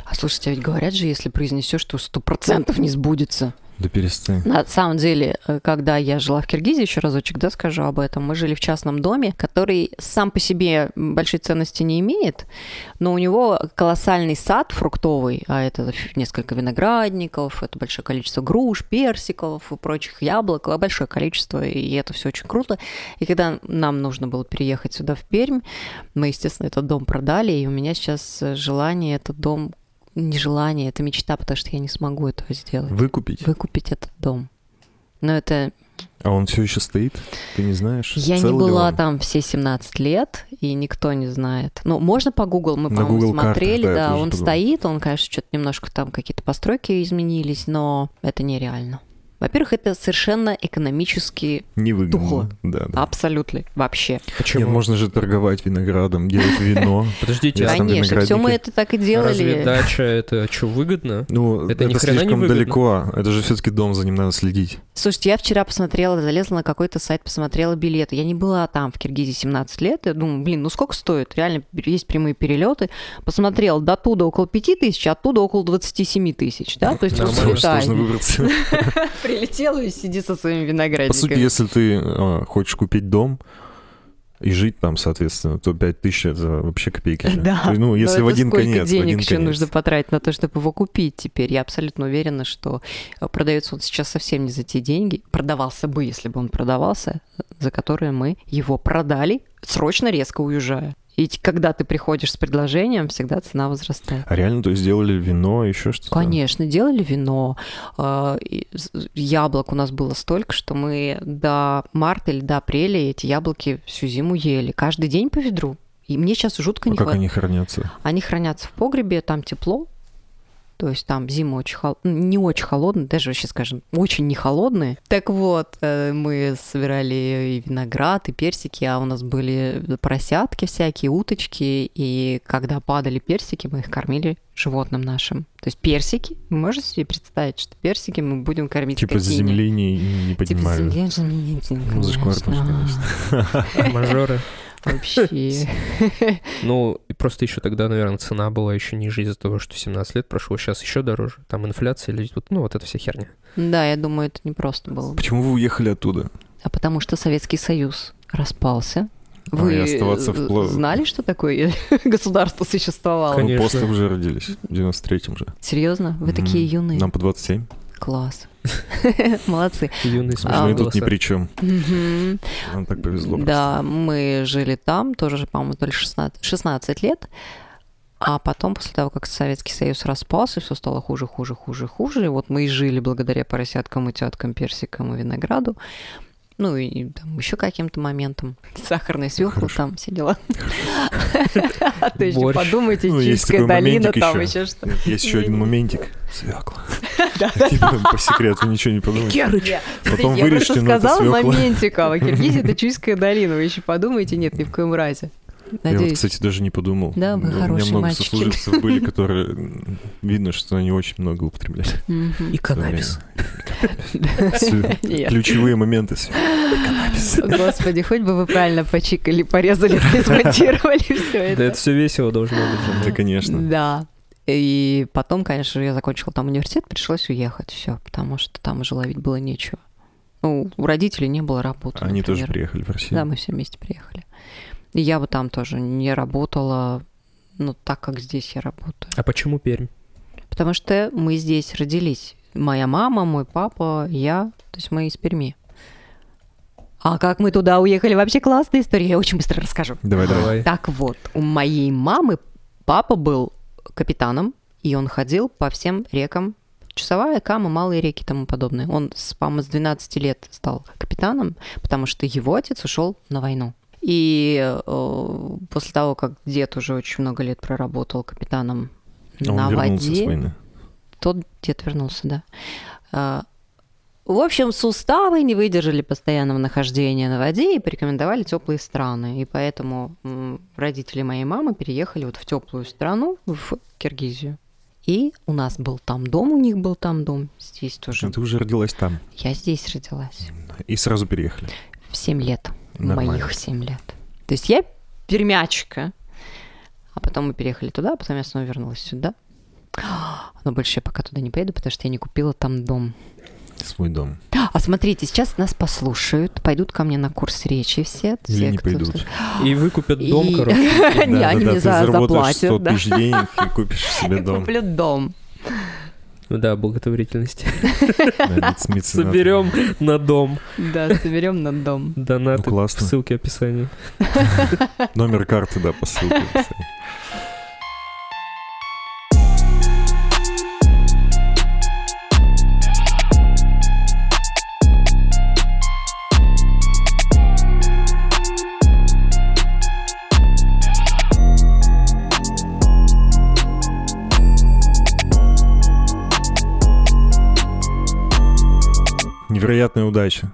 Speaker 2: А слушайте, а ведь говорят же, если произнесешь, что сто процентов не сбудется.
Speaker 1: Да перестань.
Speaker 2: На самом деле, э, когда я жила в Киргизии, еще разочек, да, скажу об этом, мы жили в частном доме, который сам по себе большой ценности не имеет, но у него колоссальный сад фруктовый, а это ф- несколько виноградников, это большое количество груш, персиков и прочих яблок, а большое количество, и это все очень круто. И когда нам нужно было переехать сюда, в Пермь, мы, естественно, этот дом продали, и у меня сейчас э, желание этот дом не желание, это мечта, потому что я не смогу этого сделать
Speaker 1: Выкупить.
Speaker 2: выкупить этот дом. Но это...
Speaker 1: А он все еще стоит? Ты не знаешь?
Speaker 2: Я
Speaker 1: Цел ли
Speaker 2: не была
Speaker 1: он?
Speaker 2: там все 17 лет, и никто не знает. Ну, можно по Google, мы,
Speaker 1: На
Speaker 2: по-моему,
Speaker 1: Google картах,
Speaker 2: смотрели,
Speaker 1: да, я
Speaker 2: да,
Speaker 1: тоже
Speaker 2: он
Speaker 1: подумал.
Speaker 2: стоит, он, конечно, что-то немножко там какие-то постройки изменились, но это нереально. Во-первых, это совершенно экономически
Speaker 1: Невыгодно.
Speaker 2: тухло. А
Speaker 1: Да, да.
Speaker 2: абсолютно вообще.
Speaker 3: Почему?
Speaker 1: Нет, можно же торговать виноградом, делать вино.
Speaker 3: Подождите,
Speaker 1: Я
Speaker 3: а
Speaker 1: там
Speaker 2: Конечно, все мы
Speaker 1: виноградники.
Speaker 2: это так и
Speaker 3: разве
Speaker 2: делали.
Speaker 3: дача это что, выгодно?
Speaker 1: Ну,
Speaker 3: Это
Speaker 1: это,
Speaker 3: ни хрена не
Speaker 1: слишком
Speaker 3: выгодно.
Speaker 1: далеко. Это же все-таки дом, за ним надо следить.
Speaker 2: Слушайте, я вчера посмотрела, залезла на какой-то сайт, посмотрела билеты. Я не была там в Киргизии 17 лет. Я думаю, блин, ну сколько стоит? Реально есть прямые перелеты. Посмотрела, до туда около 5 тысяч, а оттуда около 27 тысяч. Да? То есть
Speaker 1: Потому
Speaker 3: Нормально.
Speaker 1: что
Speaker 2: взлетай.
Speaker 1: нужно выбраться.
Speaker 2: Прилетела и сиди со своим
Speaker 1: По сути,
Speaker 2: виноградником.
Speaker 1: если ты а, хочешь купить дом и жить там, соответственно, то 5 тысяч это вообще копейки. же.
Speaker 2: Да.
Speaker 1: То есть, Ну,
Speaker 2: Но
Speaker 1: если в
Speaker 2: это
Speaker 1: один
Speaker 2: сколько
Speaker 1: конец. в
Speaker 2: денег
Speaker 1: один
Speaker 2: еще
Speaker 1: конец.
Speaker 2: нужно потратить на то, чтобы его купить теперь? Я абсолютно уверена, что э, продается он сейчас совсем не за те деньги. Продавался бы, если бы он продавался, за которые мы его продали, срочно резко уезжая. И т- когда ты приходишь с предложением, всегда цена возрастает.
Speaker 1: А реально, то есть сделали вино, еще что-то?
Speaker 2: Конечно, делали вино. э, и з- Яблок у нас было столько, что мы до марта или до апреля эти яблоки всю зиму ели. Каждый день по ведру. И мне сейчас жутко
Speaker 1: А
Speaker 2: не
Speaker 1: как
Speaker 2: хватает.
Speaker 1: они хранятся?
Speaker 2: Они хранятся в погребе, там тепло. То есть там зима очень хол- ну, не очень холодная, даже вообще, скажем, очень не холодные. Так вот, э, мы собирали и виноград, и персики, а у нас были поросятки всякие, уточки, и когда падали персики, мы их кормили животным нашим. То есть персики, вы можете себе представить, что персики мы будем кормить
Speaker 1: Типа с
Speaker 2: скотине?
Speaker 1: земли не, не
Speaker 2: Типа с
Speaker 1: поднимаю.
Speaker 2: земли, конечно.
Speaker 1: Ну, зашкварно, конечно.
Speaker 3: Мажоры.
Speaker 2: Вообще.
Speaker 3: Ну, и просто еще тогда, наверное, цена была еще ниже из-за того, что 17 лет прошло, сейчас еще дороже. Там инфляция, люди, вот, ну, вот эта вся херня.
Speaker 2: Да, я думаю, это не просто было.
Speaker 1: Почему вы уехали оттуда?
Speaker 2: А потому что Советский Союз распался.
Speaker 1: А,
Speaker 2: Вы
Speaker 1: и оставаться впло-
Speaker 2: э, знали, что такое государство существовало?
Speaker 3: Конечно.
Speaker 1: Мы после уже родились, в 93-м же.
Speaker 2: Серьезно? Вы
Speaker 1: Мгм.
Speaker 2: такие юные.
Speaker 1: Нам по 27.
Speaker 2: Класс. Молодцы.
Speaker 3: Юные
Speaker 2: А,
Speaker 1: мы
Speaker 3: смешные
Speaker 1: тут ни
Speaker 3: голоса.
Speaker 1: при чем.
Speaker 2: Мгм.
Speaker 1: Нам так повезло.
Speaker 2: Да, мы жили там, тоже, по-моему, то ли 16, 16 лет. А потом, после того, как Советский Союз распался, все стало хуже, хуже, хуже, хуже. И вот мы и жили благодаря поросяткам, утяткам, персикам и винограду. Ну и, и там еще каким-то моментом. Сахарная свекла
Speaker 1: Хорошо.
Speaker 2: там, все дела. А то еще
Speaker 3: Борщ.
Speaker 2: подумайте,
Speaker 1: Ну, есть
Speaker 2: Чуйская
Speaker 1: такой
Speaker 2: долина,
Speaker 1: моментик
Speaker 2: там
Speaker 1: еще.
Speaker 2: еще что.
Speaker 1: просто. Есть еще один моментик. Свекла. Типа, По секрету ничего не подумаете. Потом
Speaker 2: Я просто
Speaker 1: вырежьте, но это
Speaker 2: сказала
Speaker 1: свекла.
Speaker 2: моментик, а в Киргизии это Чуйская долина. Вы еще подумайте, нет, ни в коем разе.
Speaker 1: Я вот,
Speaker 2: Надеюсь.
Speaker 1: кстати, даже не подумал.
Speaker 2: Да, вы
Speaker 1: У меня
Speaker 2: хорошие
Speaker 1: много
Speaker 2: мальчики.
Speaker 1: сослуживцев были, которые м, видно, что они очень много употребляли. в
Speaker 2: Мгм.
Speaker 3: И
Speaker 1: то
Speaker 3: каннабис.
Speaker 1: время. Све-
Speaker 2: Нет.
Speaker 1: Ключевые моменты. све- Каннабис.
Speaker 2: Господи, хоть бы вы правильно почикали, порезали, смонтировали все
Speaker 3: Да это
Speaker 2: это.
Speaker 3: все весело должно быть. же,
Speaker 1: Да,
Speaker 3: ну.
Speaker 1: конечно.
Speaker 2: Да. И потом, конечно, я закончила там университет, пришлось уехать, все, потому что там уже ловить было нечего. Ну, у родителей не было работы.
Speaker 1: Они тоже
Speaker 2: например.
Speaker 1: приехали в
Speaker 2: Да,
Speaker 1: Россию.
Speaker 2: мы все вместе приехали. И я бы там тоже не работала, ну, так, как здесь я работаю.
Speaker 3: А почему Пермь?
Speaker 2: Потому что мы здесь родились. Моя мама, мой папа, я. То есть мы из Перми. А как мы туда уехали, вообще классная история. Я очень быстро расскажу.
Speaker 1: Давай, давай.
Speaker 3: Давай.
Speaker 2: Так вот, у моей мамы папа был капитаном, и он ходил по всем рекам Часовая, Кама, Малые реки и тому подобное. Он, с- по-моему, с 12 лет стал капитаном, потому что его отец ушел на войну. И э, после того, как дед уже очень много лет проработал капитаном
Speaker 1: А он
Speaker 2: на
Speaker 1: вернулся
Speaker 2: воде,
Speaker 1: с войны.
Speaker 2: тот дед вернулся, да. А, В общем, суставы не выдержали постоянного нахождения на воде и порекомендовали теплые страны. И поэтому м, родители моей мамы переехали вот в теплую страну, в Киргизию. И у нас был там дом, у них был там дом. Здесь тоже.
Speaker 1: Ты уже родилась там.
Speaker 2: Я здесь родилась.
Speaker 1: И сразу переехали.
Speaker 2: В 7 лет.
Speaker 1: Нормально.
Speaker 2: Моих 7 лет. То есть я пермячка. А потом мы переехали туда, а потом я снова вернулась сюда. Но больше я пока туда не поеду, потому что я не купила там дом.
Speaker 1: Свой дом.
Speaker 2: А смотрите, сейчас нас послушают, пойдут ко мне на курс речи все.
Speaker 1: Или
Speaker 2: все,
Speaker 1: не
Speaker 2: кто
Speaker 1: пойдут.
Speaker 2: слушает.
Speaker 3: И выкупят
Speaker 2: И-
Speaker 3: дом, короче.
Speaker 2: Не,
Speaker 1: Да,
Speaker 2: они
Speaker 1: да,
Speaker 2: мне
Speaker 1: да, ты
Speaker 2: за-
Speaker 1: заработаешь 100
Speaker 2: заплатят. да.
Speaker 1: тысяч денег и купишь себе
Speaker 2: Я
Speaker 1: дом.
Speaker 2: Куплю дом.
Speaker 3: Да, благотворительность.
Speaker 1: Да, мец- меценат.
Speaker 3: Соберем на дом.
Speaker 2: Да, соберем на дом.
Speaker 1: Ну,
Speaker 3: Донаты в
Speaker 1: классно.
Speaker 3: ссылке в описании.
Speaker 1: Номер карты, да, по ссылке. Невероятная удача.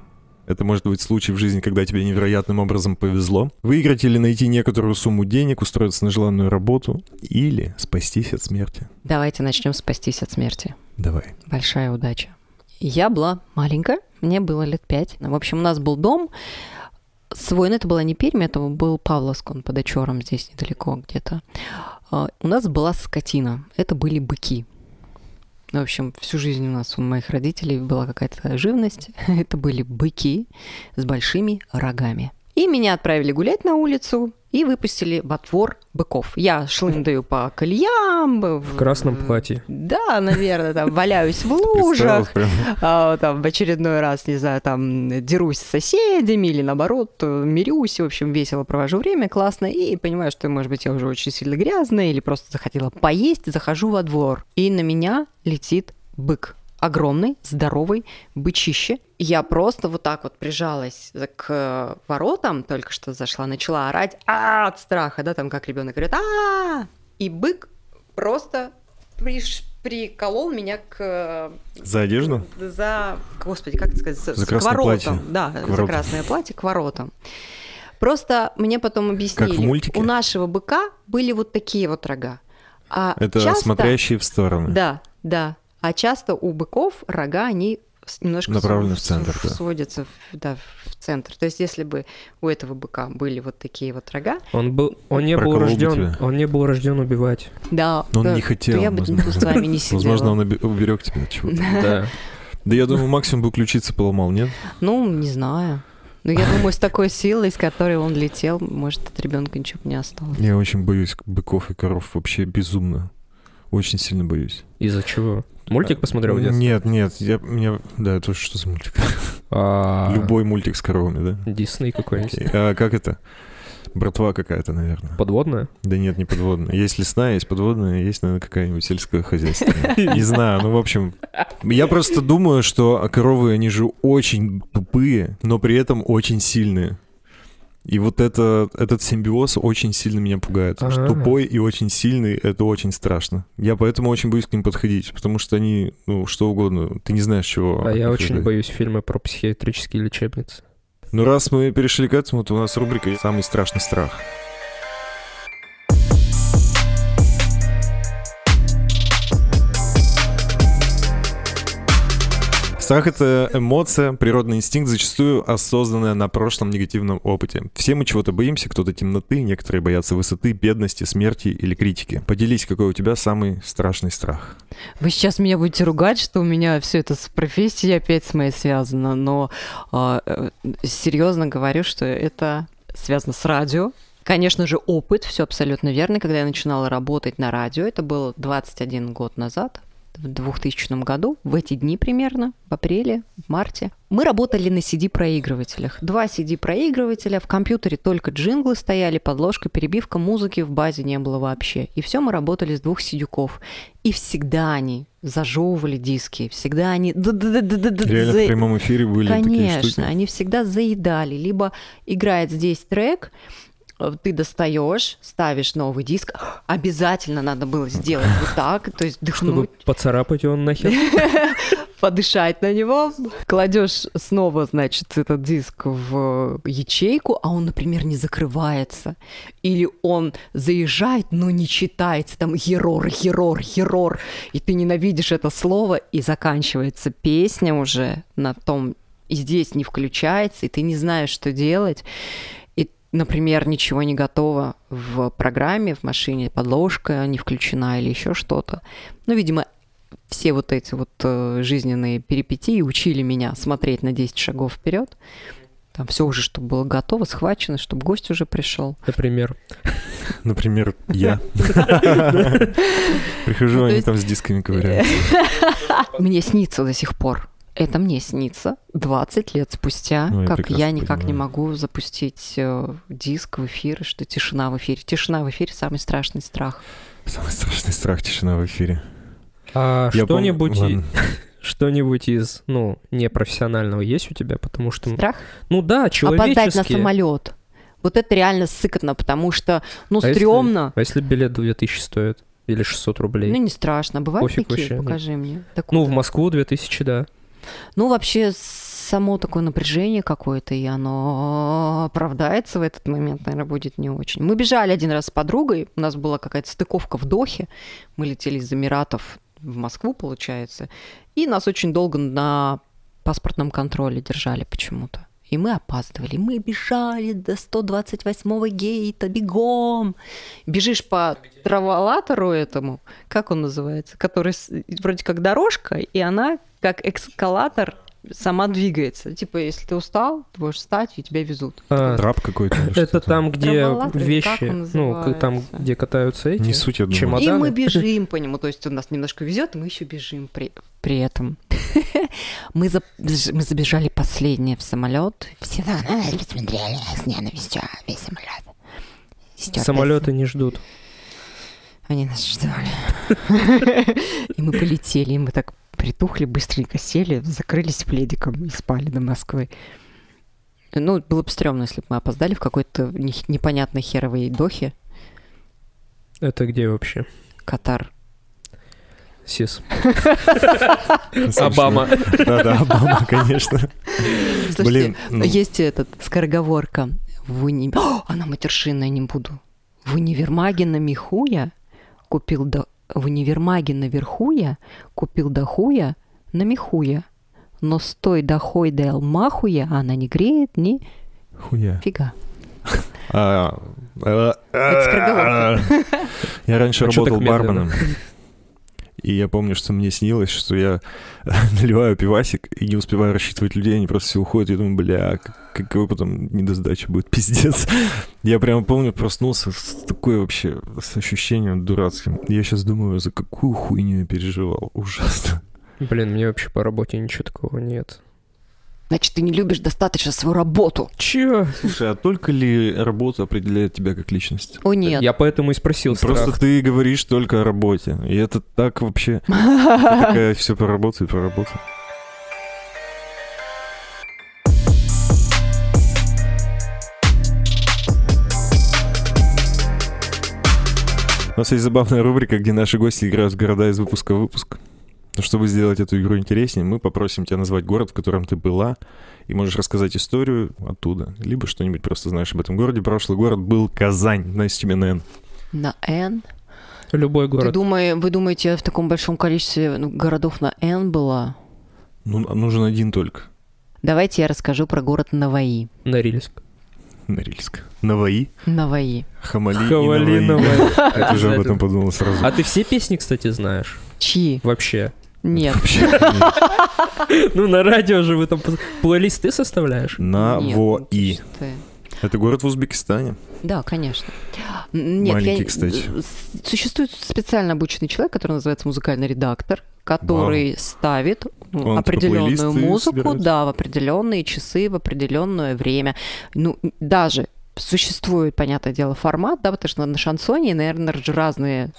Speaker 1: Это может быть случай в жизни, когда тебе невероятным образом повезло. Выиграть или найти некоторую сумму денег, устроиться на желанную работу или спастись от смерти.
Speaker 2: Давайте начнем спастись от смерти.
Speaker 1: Давай.
Speaker 2: Большая удача. Я была маленькая, мне было лет пять. В общем, у нас был дом свой, но это была не Пермь, это был Павловск, он под Очором здесь недалеко где-то. А, У нас была скотина, это были быки. В общем, всю жизнь у нас у моих родителей была какая-то живность. Это были быки с большими рогами. И меня отправили гулять на улицу и выпустили во двор быков. Я шлындаю по кольям.
Speaker 3: В красном платье.
Speaker 2: Да, наверное, там валяюсь в
Speaker 1: Представилась
Speaker 2: лужах,
Speaker 1: прям.
Speaker 2: а, вот там в очередной раз, не знаю, там дерусь с соседями или наоборот э, мирюсь, в общем, весело провожу время, классно, и понимаю, что, может быть, я уже очень сильно грязная или просто захотела поесть, захожу во двор, и на меня летит бык. Огромный, здоровый, бычище. Я просто вот так вот прижалась к э, воротам, только что зашла, начала орать «А!» от страха, да, там как ребенок говорит а И бык просто приш- приколол меня к э,
Speaker 1: За одежду?
Speaker 2: за, господи, как это сказать, за,
Speaker 1: За
Speaker 2: к
Speaker 1: красное
Speaker 2: воротам.
Speaker 1: платье.
Speaker 2: Да, за
Speaker 1: воротам.
Speaker 2: красное платье к воротам. Просто мне потом объяснили,
Speaker 1: мультике?
Speaker 2: у нашего быка были вот такие вот рога. А
Speaker 1: Это
Speaker 2: часто-
Speaker 1: смотрящие в стороны.
Speaker 2: Да, да. А часто у быков рога, они с- немножко
Speaker 1: Направлены
Speaker 2: су-
Speaker 1: в центр,
Speaker 2: су-
Speaker 1: да.
Speaker 2: сводятся в- да, в центр. То есть если бы у этого быка были вот такие вот рога,
Speaker 3: Он был, он не был
Speaker 1: Проколол бы
Speaker 3: рожден,
Speaker 1: тебя.
Speaker 3: он не был рожден убивать.
Speaker 2: да,
Speaker 1: Но он
Speaker 2: да,
Speaker 1: не
Speaker 2: то
Speaker 1: хотел.
Speaker 2: я бы
Speaker 1: возможно.
Speaker 2: с вами не сидела.
Speaker 1: Возможно, он оби- уберег тебя от чего-то.
Speaker 3: Да.
Speaker 1: Да я думаю, максимум бы ключицы поломал, нет?
Speaker 2: Ну, не знаю. Но я думаю, с такой силой, с которой он летел, может, от ребенка ничего бы не осталось.
Speaker 1: Я очень боюсь быков и коров, вообще безумно. Очень сильно боюсь.
Speaker 3: Из-за чего? Мультик посмотрел в детстве?
Speaker 1: Нет, нет, я, мне... Да, это что за мультик?
Speaker 3: А,
Speaker 1: Любой мультик с коровами, да?
Speaker 3: Дисней какой-нибудь.
Speaker 1: Окей. А как это? Братва какая-то, наверное.
Speaker 3: Подводная?
Speaker 1: Да нет, не подводная. Есть лесная, есть подводная, есть, наверное, какая-нибудь сельское хозяйство. Не знаю, ну, в общем, я просто думаю, что коровы, они же очень тупые, но при этом очень сильные. И вот это, этот симбиоз очень сильно меня пугает. Потому что
Speaker 3: Ага.
Speaker 1: тупой и очень сильный — это очень страшно. Я поэтому очень боюсь к ним подходить, потому что они, ну, что угодно, ты не знаешь, чего.
Speaker 3: А
Speaker 1: от
Speaker 3: я
Speaker 1: них
Speaker 3: очень
Speaker 1: ждать.
Speaker 3: боюсь фильмы про психиатрические лечебницы.
Speaker 1: Ну, раз мы перешли к этому, то у нас рубрика «Самый страшный страх». Страх — это эмоция, природный инстинкт, зачастую осознанная на прошлом негативном опыте. Все мы чего-то боимся, кто-то темноты, некоторые боятся высоты, бедности, смерти или критики. Поделись, какой у тебя самый страшный страх.
Speaker 2: Вы сейчас меня будете ругать, что у меня все это с профессией опять с моей связано, но а, э, серьезно говорю, что это связано с радио. Конечно же, опыт, все абсолютно верно. Когда я начинала работать на радио, это было 21 год назад, в 2000 году, в эти дни примерно, в апреле, в марте, мы работали на CD-проигрывателях. Два CD-проигрывателя, в компьютере только джинглы стояли, подложка, перебивка музыки в базе не было вообще. И все мы работали с двух сидюков. И всегда они зажевывали диски, всегда они...
Speaker 1: Реально в прямом эфире были такие штуки.
Speaker 2: Конечно, они всегда заедали. Либо играет здесь трек, э, ты достаешь, ставишь новый диск. Обязательно надо было сделать вот так, то есть
Speaker 3: Чтобы
Speaker 2: дыхнуть,
Speaker 3: поцарапать его нахер.
Speaker 2: подышать на него. Кладешь снова, значит, этот диск в ячейку, а он, например, не закрывается. Или он заезжает, но не читается. Там ерор, ерор, ерор. И ты ненавидишь это слово, и заканчивается песня уже на том, и здесь не включается, и ты не знаешь, что делать. И, например, ничего не готово в программе, в машине, подложка не включена или еще что-то. Ну, видимо, все вот эти вот э, жизненные перипетии учили меня смотреть на 10 шагов вперед. Там все уже, чтобы было готово, схвачено, чтобы гость уже пришел.
Speaker 3: Например.
Speaker 1: Например, я. Прихожу,
Speaker 2: Ну, то
Speaker 1: они
Speaker 2: есть- э,
Speaker 1: там с дисками ковыряют.
Speaker 2: Мне снится до сих пор. Это мне снится 20 лет спустя,
Speaker 1: Ну, я
Speaker 2: как
Speaker 1: прекрасно
Speaker 2: я никак не
Speaker 1: понимаю.
Speaker 2: могу запустить э, диск в эфир, и что тишина в эфире. Тишина в эфире самый страшный страх.
Speaker 1: Самый страшный страх — тишина в эфире.
Speaker 3: А
Speaker 1: Я помню-
Speaker 3: что-нибудь, э,
Speaker 1: Ладно.
Speaker 3: что-нибудь из, ну, непрофессионального есть у тебя? Потому что,
Speaker 2: Страх
Speaker 3: ну да,
Speaker 2: опоздать на
Speaker 3: человеческие.
Speaker 2: самолет. Вот это реально сыкотно, потому что, ну,
Speaker 3: А если-
Speaker 2: стрёмно.
Speaker 3: А если билет 2000 стоит? Или 600 рублей?
Speaker 2: Ну, не страшно. Бывают
Speaker 3: Пофиг
Speaker 2: такие?
Speaker 3: вообще,
Speaker 2: Покажи мне.
Speaker 3: Ну,
Speaker 2: Такое.
Speaker 3: в Москву 2000, да.
Speaker 2: Ну, вообще, само такое напряжение какое-то, и оно оправдается в этот момент, наверное, будет не очень. Мы бежали один раз с подругой, у нас была какая-то стыковка в Дохе, мы летели из Эмиратов в Москву, получается, и нас очень долго на паспортном контроле держали почему-то. И мы опаздывали. И Мы бежали до 128-го гейта бегом. Бежишь по траволатору этому, как он называется, который с- вроде как дорожка, и она как эскалатор сама двигается. Типа, если ты устал, ты можешь встать, и тебя везут.
Speaker 3: А,
Speaker 1: Трап какой-то. или
Speaker 3: это
Speaker 1: что-то.
Speaker 3: там, где
Speaker 2: Траволатор, как он
Speaker 3: вещи, ну, к- там,
Speaker 2: называется?
Speaker 3: где катаются эти.
Speaker 1: Не суть, я думаю.
Speaker 3: Чемодан.
Speaker 2: И
Speaker 3: Маданы.
Speaker 2: мы бежим по нему. То есть он нас немножко везет, и мы еще бежим при, при этом. мы, за- бж- мы забежали последние в самолет. Все на нас посмотрели с ненавистью. Весь самолет. Стюардессы.
Speaker 3: Самолеты не ждут.
Speaker 2: Они нас ждали. И мы полетели, и мы так притухли, быстренько сели, закрылись пледиком и спали до Москвы. Ну, было бы стрёмно, если бы мы опоздали в какой-то нех- непонятной херовой дохе.
Speaker 3: Это где вообще?
Speaker 2: Катар.
Speaker 3: Сис.
Speaker 1: Слушай, Да-да, Обама, конечно.
Speaker 2: Слушайте,
Speaker 1: Блин, ну.
Speaker 2: есть этот, скороговорка. В уни... О, она матершинная, не буду. В универмаге на меху я купил до... В универмаге наверху я купил дохуя на меху я. Но с той дохой да алмахуя она не греет ни
Speaker 1: Хуя.
Speaker 2: фига.
Speaker 1: А, а,
Speaker 2: Это скороговорка.
Speaker 1: а. Я раньше
Speaker 3: А чё так
Speaker 1: работал
Speaker 3: медленно?
Speaker 1: барменом. И я помню, что мне снилось, что я наливаю пивасик и не успеваю рассчитывать людей, они просто все уходят. Я думаю, бля, как- какой потом недосдача будет, пиздец. Я прямо помню, проснулся с такой вообще, с ощущением дурацким. Я сейчас думаю, за какую хуйню я переживал. Ужасно.
Speaker 3: Блин, мне вообще по работе ничего такого нет.
Speaker 2: Значит, ты не любишь достаточно свою работу.
Speaker 3: Чё?
Speaker 1: Слушай, а только ли работа определяет тебя как личность?
Speaker 2: О, нет.
Speaker 3: Я поэтому и спросил
Speaker 1: Просто
Speaker 3: страх.
Speaker 1: ты говоришь только о работе. И это так вообще... Это такая все про работу и про работу. У нас есть забавная рубрика, где наши гости играют в города из выпуска в выпуск. Но чтобы сделать эту игру интереснее, мы попросим тебя назвать город, в котором ты была, и можешь рассказать историю оттуда. Либо что-нибудь просто знаешь об этом городе. Прошлый город был Казань. Настя тебе на N.
Speaker 2: На Н.
Speaker 3: Любой город.
Speaker 2: Ты думаешь, вы думаете, в таком большом количестве ну, городов на Н была?
Speaker 1: Ну, нужен один только.
Speaker 2: Давайте я расскажу про город Наваи.
Speaker 3: Норильск.
Speaker 1: Норильск. Наваи,
Speaker 2: Наваи.
Speaker 1: Хамали и Наваи.
Speaker 3: Хавалиновая.
Speaker 1: Я тоже А об этом подумал сразу.
Speaker 3: А ты все песни, кстати, знаешь?
Speaker 2: Чьи?
Speaker 3: Вообще.
Speaker 2: Нет.
Speaker 1: Вообще.
Speaker 3: Ну, на радио же вы там пл- плейлист ты составляешь?
Speaker 1: Навои.
Speaker 2: Нет, ну ты ж
Speaker 1: Это город в Узбекистане.
Speaker 2: ты. Да, конечно. Н- Нет,
Speaker 1: Маленький,
Speaker 2: я- э,
Speaker 1: кстати.
Speaker 2: с- Существует специально обученный человек, который называется музыкальный редактор, который ставит ну,
Speaker 1: Он, типа,
Speaker 2: определенную
Speaker 1: плейлисты
Speaker 2: музыку,
Speaker 1: собирает?
Speaker 2: да, в определенные часы, в определенное время. Ну, даже существует, понятное дело, формат, да, потому что на шансоне, наверное, разные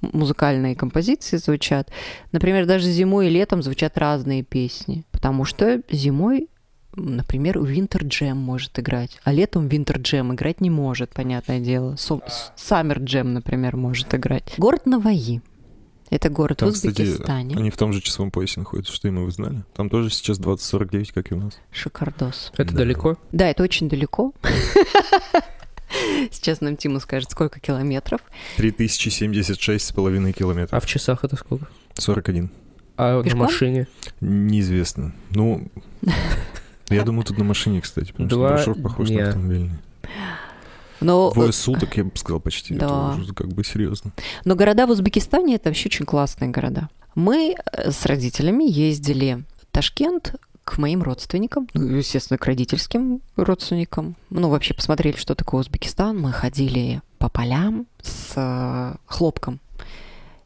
Speaker 2: музыкальные композиции звучат. Например, даже зимой и летом звучат разные песни, потому что зимой м, например, Winter Jam может играть, а летом Winter Jam играть не может, понятное дело. Сом-
Speaker 1: А.
Speaker 2: с- Summer Jam, например, может играть. Город Наваи. Это город
Speaker 1: Там,
Speaker 2: в
Speaker 1: кстати,
Speaker 2: Узбекистане.
Speaker 1: Они в том же часовом поясе находятся, что и мы, вы знали. Там тоже сейчас 20.49, как и у нас.
Speaker 2: Шикардос.
Speaker 3: Это
Speaker 1: Да.
Speaker 3: далеко?
Speaker 2: Да, это очень далеко. Сейчас нам Тима скажет, сколько километров.
Speaker 1: 3076,5
Speaker 3: А
Speaker 1: километров.
Speaker 3: в часах это сколько?
Speaker 1: 41.
Speaker 3: А
Speaker 2: Пешком?
Speaker 3: на машине?
Speaker 1: Неизвестно. Ну, я думаю, тут на машине, кстати, потому
Speaker 3: Два
Speaker 1: что брюшок похож
Speaker 3: дня.
Speaker 1: на автомобильный.
Speaker 2: Но,
Speaker 1: Двое суток, я бы сказал, почти.
Speaker 2: Да.
Speaker 1: Это уже как бы серьезно.
Speaker 2: но города в Узбекистане это вообще очень классные города. Мы э, с родителями ездили в Ташкент к моим родственникам, ну, естественно, к родительским родственникам. Ну, вообще посмотрели, что такое Узбекистан. Мы ходили по полям с э, хлопком.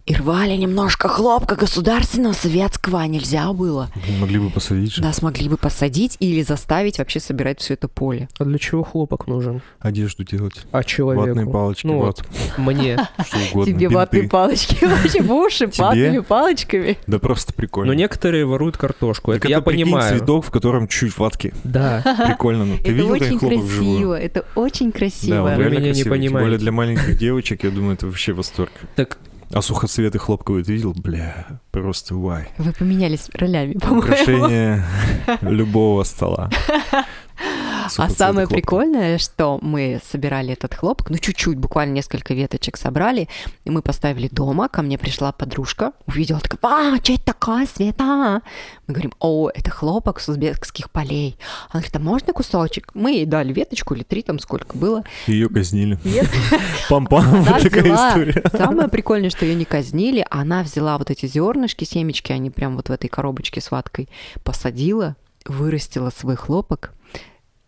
Speaker 2: И рвали немножко хлопка государственного советского, а нельзя было.
Speaker 1: Блин, Могли бы посадить же.
Speaker 2: Нас могли бы посадить или заставить вообще собирать все это поле.
Speaker 3: А для чего хлопок нужен?
Speaker 1: Одежду делать.
Speaker 3: А
Speaker 1: Ватные
Speaker 3: человеку?
Speaker 1: палочки,
Speaker 3: Ну
Speaker 1: ват,
Speaker 3: Мне.
Speaker 1: что угодно.
Speaker 2: Тебе ватные
Speaker 1: бинты.
Speaker 2: палочки вообще в уши,
Speaker 1: Тебе?
Speaker 2: ватными палочками.
Speaker 1: Да просто прикольно.
Speaker 3: Но Ну, некоторые воруют картошку.
Speaker 1: Так
Speaker 3: Это я
Speaker 1: прикинь,
Speaker 3: понимаю.
Speaker 1: цветок, в котором чуть ватки.
Speaker 3: Да.
Speaker 1: Прикольно. Ну, ты
Speaker 4: это
Speaker 1: видел
Speaker 4: очень
Speaker 1: каких хлопок вживую?
Speaker 4: красиво, это очень
Speaker 1: Да,
Speaker 4: красиво.
Speaker 1: он
Speaker 3: Вы
Speaker 1: реально
Speaker 3: меня
Speaker 1: красивый.
Speaker 3: не
Speaker 1: Тем более
Speaker 3: понимаете.
Speaker 1: для маленьких девочек, я думаю, это вообще восторг.
Speaker 3: Так
Speaker 1: А сухоцветы хлопковые ты видел? Бля, просто вай.
Speaker 4: Вы поменялись ролями, по-моему.
Speaker 1: Украшение любого стола.
Speaker 2: А
Speaker 1: Сухоцветы
Speaker 2: самое
Speaker 1: хлопковые.
Speaker 2: прикольное, что мы собирали этот хлопок, ну чуть-чуть, буквально несколько веточек собрали, и мы поставили дома, ко мне пришла подружка, увидела, такая, а, что это такое, Света? Мы говорим, о, это хлопок с узбекских полей. Она говорит, а можно кусочек? Мы ей дали веточку или три, там сколько было.
Speaker 1: Ее казнили.
Speaker 2: Нет.
Speaker 1: Пам-пам,
Speaker 2: Она
Speaker 1: вот такая
Speaker 2: взяла.
Speaker 1: история.
Speaker 2: Самое прикольное, что ее не казнили, она взяла вот эти зернышки, семечки, они прям вот в этой коробочке с ваткой посадила, вырастила свой хлопок,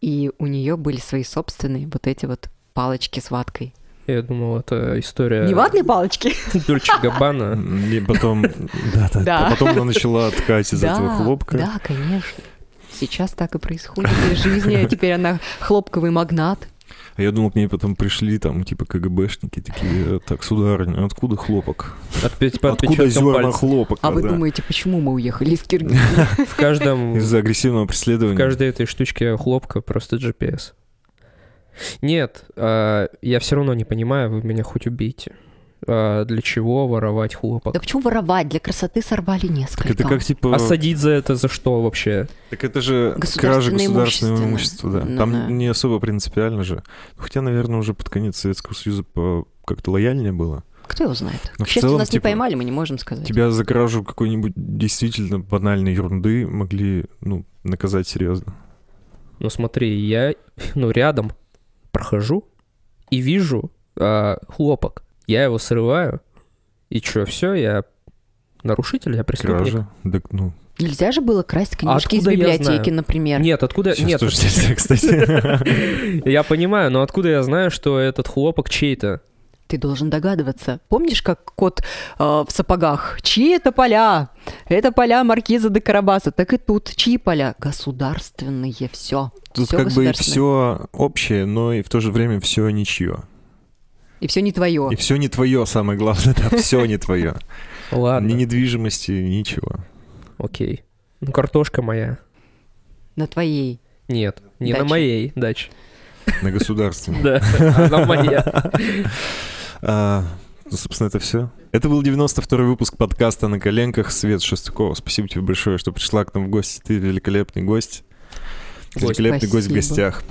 Speaker 2: и у нее были свои собственные вот эти вот палочки с ваткой.
Speaker 3: я думал, это
Speaker 1: Э,
Speaker 3: история...
Speaker 2: Не ватные палочки?
Speaker 3: Дольче Габбана.
Speaker 1: И потом, да, да,
Speaker 2: Да.
Speaker 1: а потом она начала ткать из этого хлопка.
Speaker 2: Да, конечно. Сейчас так и происходит в ее жизни, а теперь она хлопковый магнат.
Speaker 1: А я думал, к ней потом пришли там типа КГБшники такие, «Э, так, сударыня, откуда хлопок?
Speaker 3: Отпеть по
Speaker 1: Откуда
Speaker 3: отпечаткам
Speaker 1: зерна
Speaker 3: пальцев.
Speaker 1: хлопок?
Speaker 2: А вы думаете, почему мы уехали из Киргизии?
Speaker 3: В каждом...
Speaker 1: Из-за агрессивного
Speaker 3: В
Speaker 1: преследования.
Speaker 3: каждой этой штучке хлопка просто GPS. Нет, а, я все равно не понимаю, вы меня хоть убейте. А, Для чего воровать хлопок?
Speaker 2: Да почему воровать? Для красоты сорвали
Speaker 1: Так
Speaker 2: несколько.
Speaker 1: это как типа...
Speaker 3: А садить за это за что вообще?
Speaker 1: Так это же кража
Speaker 2: Государственное
Speaker 1: государственного
Speaker 2: имущество.
Speaker 1: имущества, да.
Speaker 2: Ну
Speaker 1: Там
Speaker 2: да.
Speaker 1: не особо принципиально же. Ну, Хотя, наверное, уже под конец Советского Союза по- как-то лояльнее было.
Speaker 2: Кто его знает?
Speaker 1: Ну,
Speaker 2: К
Speaker 1: в
Speaker 2: счастью,
Speaker 1: целом,
Speaker 2: нас не
Speaker 1: типа,
Speaker 2: поймали, мы не можем сказать.
Speaker 1: Тебя за кражу какой-нибудь действительно банальной ерунды могли, ну, наказать серьезно.
Speaker 3: Ну смотри, я ну рядом прохожу и вижу а, хлопок. Я его срываю, и что, все, я нарушитель, я преступник.
Speaker 1: Кража. Так, ну,
Speaker 2: Нельзя же было красть книжки из
Speaker 3: откуда я
Speaker 2: библиотеки,
Speaker 3: знаю?
Speaker 2: например.
Speaker 3: Нет, откуда...
Speaker 1: сейчас
Speaker 3: Нет,
Speaker 1: тоже нельзя, кстати.
Speaker 3: я понимаю, но откуда я знаю, что этот хлопок чей-то?
Speaker 2: Ты должен догадываться. Помнишь, как кот э, в сапогах? Чьи это поля? Это поля маркиза де Карабаса. Так и тут. Чьи поля? Государственные. Все.
Speaker 1: Тут
Speaker 2: Всё
Speaker 1: как бы
Speaker 2: государственное.
Speaker 1: все общее, но и в то же время все ничье.
Speaker 2: И все не твое.
Speaker 1: И все не твое, самое главное, да, все не твое.
Speaker 3: Ладно,
Speaker 1: Ни недвижимости, ничего.
Speaker 3: окей. Ну картошка моя.
Speaker 2: На твоей.
Speaker 3: Нет, не на
Speaker 2: Дача.
Speaker 3: моей даче.
Speaker 1: На государственном.
Speaker 3: Да, она моя.
Speaker 1: А, ну, собственно, это все. Это был 92-й выпуск подкаста «На коленках». Свет Шестакова, спасибо тебе большое, что пришла к нам в гости. Ты великолепный гость.
Speaker 3: Гость.
Speaker 1: великолепный гость в
Speaker 2: Спасибо.
Speaker 1: гостях.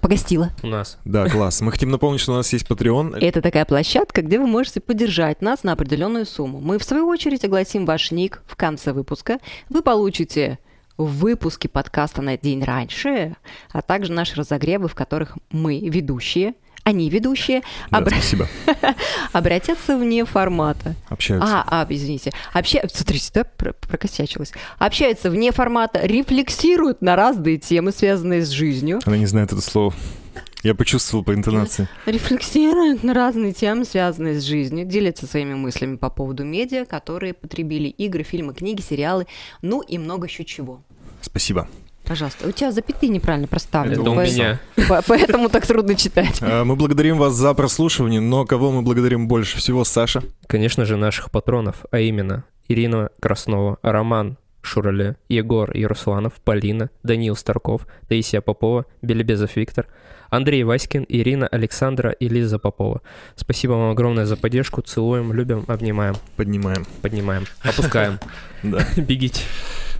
Speaker 2: Погостила.
Speaker 3: У нас.
Speaker 1: Да, класс. Мы хотим напомнить, что у нас есть Patreon.
Speaker 2: Это такая площадка, где вы можете поддержать нас на определенную сумму. Мы, в свою очередь, огласим ваш ник в конце выпуска. Вы получите выпуски подкаста на день раньше, а также наши разогревы, в которых мы ведущие, они ведущие,
Speaker 1: Да,
Speaker 2: обра-
Speaker 1: спасибо.
Speaker 2: обратятся вне формата.
Speaker 1: Общаются.
Speaker 2: А, а, извините. Обща... Смотрите, да, про- прокосячилась. Общаются вне формата, рефлексируют на разные темы, связанные с жизнью.
Speaker 1: Она не знает это слово. Я почувствовал по интонации.
Speaker 2: Рефлексируют на разные темы, связанные с жизнью, делятся своими мыслями по поводу медиа, которые потребили игры, фильмы, книги, сериалы, ну и много еще чего.
Speaker 1: Спасибо.
Speaker 2: Пожалуйста, у тебя запятые неправильно проставлены.
Speaker 3: Это у
Speaker 2: поэтому-
Speaker 3: меня.
Speaker 2: по- Поэтому так трудно читать.
Speaker 1: Э, Мы благодарим вас за прослушивание, но кого мы благодарим больше всего, Саша?
Speaker 3: Конечно же, наших патронов, а именно Ирина Краснова, Роман Шурале, Егор Ярусланов, Полина, Даниил Старков, Таисия Попова, Белебезов Виктор, Андрей Васькин, Ирина Александра и Лиза Попова. Спасибо вам огромное за поддержку. Целуем, любим, обнимаем,
Speaker 1: Поднимаем.
Speaker 3: поднимаем, опускаем.
Speaker 1: Да.
Speaker 3: Бегите.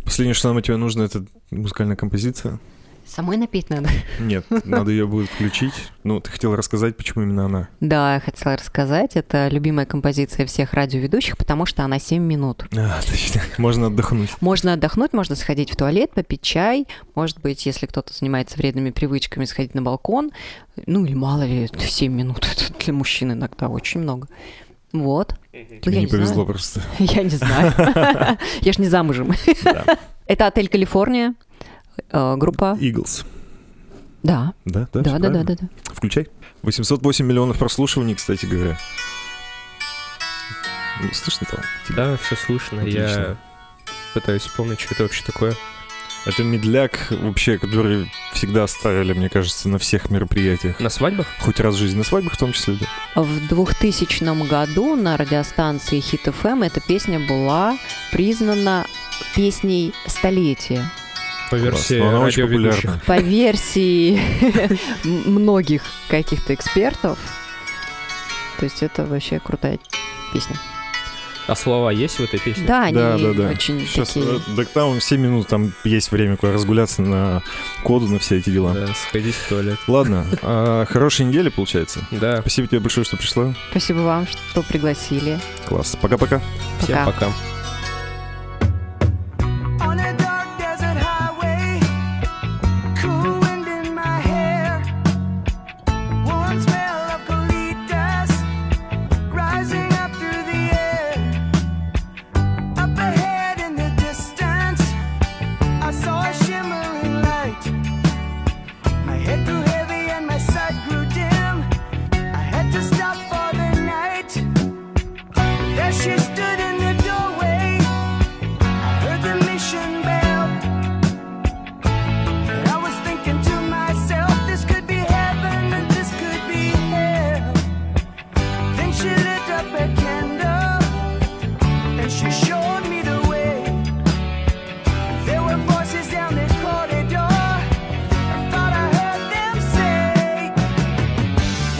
Speaker 1: Последнее, что нам от тебя нужно, это музыкальная композиция.
Speaker 2: Самой напеть надо.
Speaker 1: Нет, надо ее будет включить. Ну, ты хотел рассказать, почему именно она.
Speaker 2: Да, я хотела рассказать. Это любимая композиция всех радиоведущих, потому что она 7 минут.
Speaker 1: А, точно. Можно отдохнуть.
Speaker 2: Можно отдохнуть, можно сходить в туалет, попить чай, может быть, если кто-то занимается вредными привычками, сходить на балкон. Ну или мало ли, 7 минут, это для мужчин иногда очень много. Вот. Ну, я
Speaker 1: Мне не
Speaker 2: знаю.
Speaker 1: повезло просто.
Speaker 2: Я не знаю. Я ж не замужем.
Speaker 1: Да.
Speaker 2: Это отель «Калифорния», э, группа...
Speaker 1: Иглс.
Speaker 2: Да,
Speaker 1: Да, да,
Speaker 2: да,
Speaker 1: всё
Speaker 2: да, да,
Speaker 1: правильно?
Speaker 2: да. да.
Speaker 1: Включай. 808 миллионов прослушиваний, кстати говоря. Ну, слышно там?
Speaker 3: Да, все слышно. Я
Speaker 1: Отлично.
Speaker 3: пытаюсь вспомнить, что это вообще такое.
Speaker 1: Это медляк вообще, который всегда ставили, мне кажется, на всех мероприятиях.
Speaker 3: На свадьбах?
Speaker 1: Хоть раз в жизни, на свадьбах в том числе, да.
Speaker 2: В 2000 году на радиостанции Хит ФМ эта песня была признана песней столетия
Speaker 3: По версии
Speaker 1: Классно. Она очень
Speaker 3: радиоведущих.
Speaker 1: популярна.
Speaker 2: по версии м- многих каких-то экспертов. То есть это вообще крутая песня.
Speaker 3: А слова есть в этой песне?
Speaker 2: Да, они
Speaker 1: Да, да, э, да.
Speaker 2: очень
Speaker 1: Сейчас
Speaker 2: такие.
Speaker 1: доктаун 7 минут, там есть время куда разгуляться на коду, на все эти дела.
Speaker 3: Да, сходить в туалет.
Speaker 1: Ладно, а, хорошей недели получается.
Speaker 3: Да,
Speaker 1: Спасибо тебе большое, что пришла.
Speaker 2: Спасибо вам, что пригласили.
Speaker 1: Класс. Пока-пока.
Speaker 3: всем
Speaker 2: Пока.
Speaker 3: пока.
Speaker 5: On a dark desert highway, cool wind in my hair, warm smell of colitas rising up through the air. Up ahead in the distance, I saw a shimmering light. My head grew heavy and my sight grew dim. I had to stop for the night. There she stood in the doorway. Heard the mission bell, but I was thinking to myself, this could be heaven and this could be hell. Then she lit up a candle and she showed me the way. There were voices down the corridor. I thought I heard them say,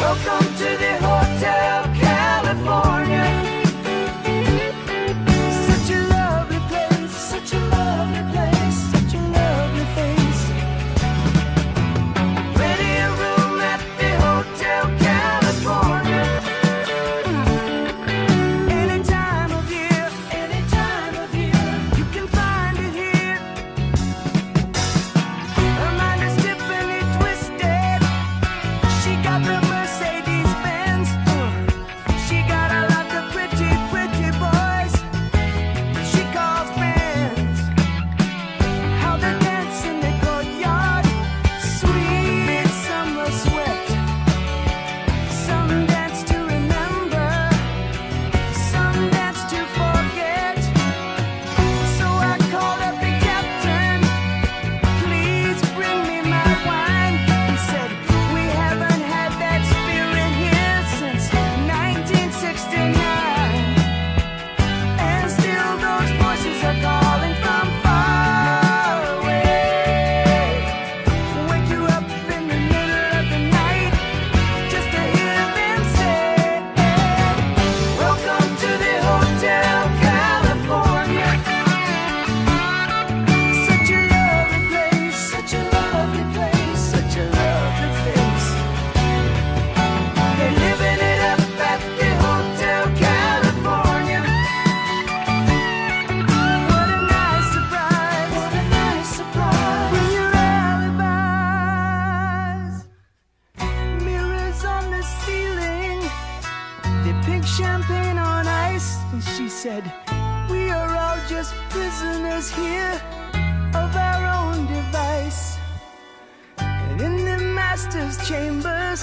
Speaker 5: "Welcome to the Hotel California." Such a lovely place, such a lovely place, such a lovely face. Plenty of room at the Hotel California. Any time of year, any time of year, you can find it here. Her mind is Tiffany twisted. She got the Mercedes Benz. She got a lot of pretty, pretty boys. She calls friends. How they dance in the courtyard. Sweet summer sweat. Some dance to remember. Some dance to forget. So I called up the captain. Please bring me my wine. He said, We haven't had that spirit here since 1969. And still those voices are calling from far away. Wake you up in the middle of the night just to hear them say, Welcome to the Hotel California. Such a lovely place, such a lovely place, such a lovely place. They're living it up at the Hotel California. What a nice surprise! What a nice surprise! When your alibis, mirrors on the ceiling, they pink champagne on ice, and she said, "We are all just prisoners here of our own device." And in the mass master's chambers.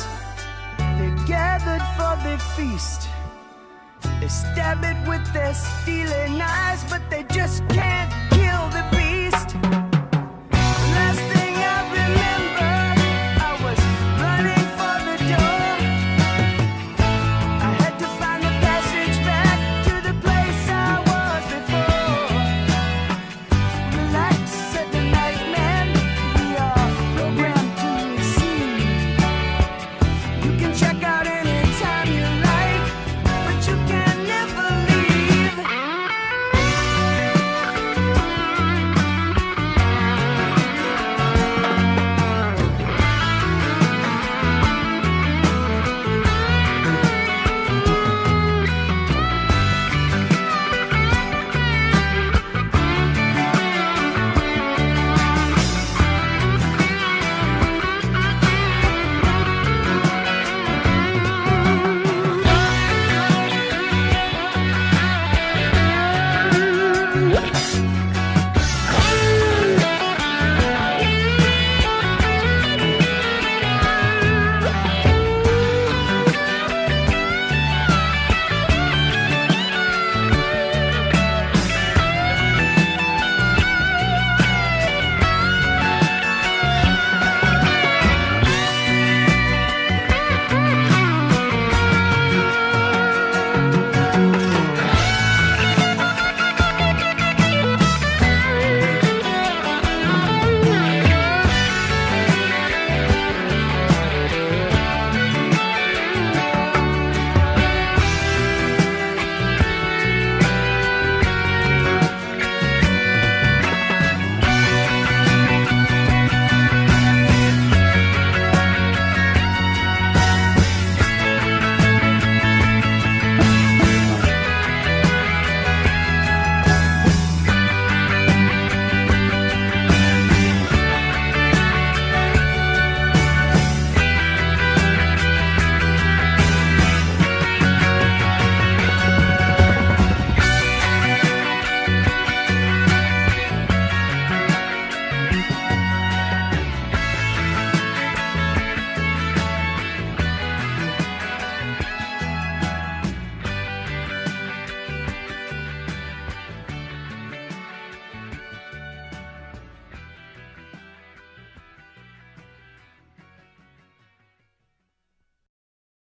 Speaker 5: They gathered for the feast. They stab it with their stealing eyes, but they just can't kill the beast.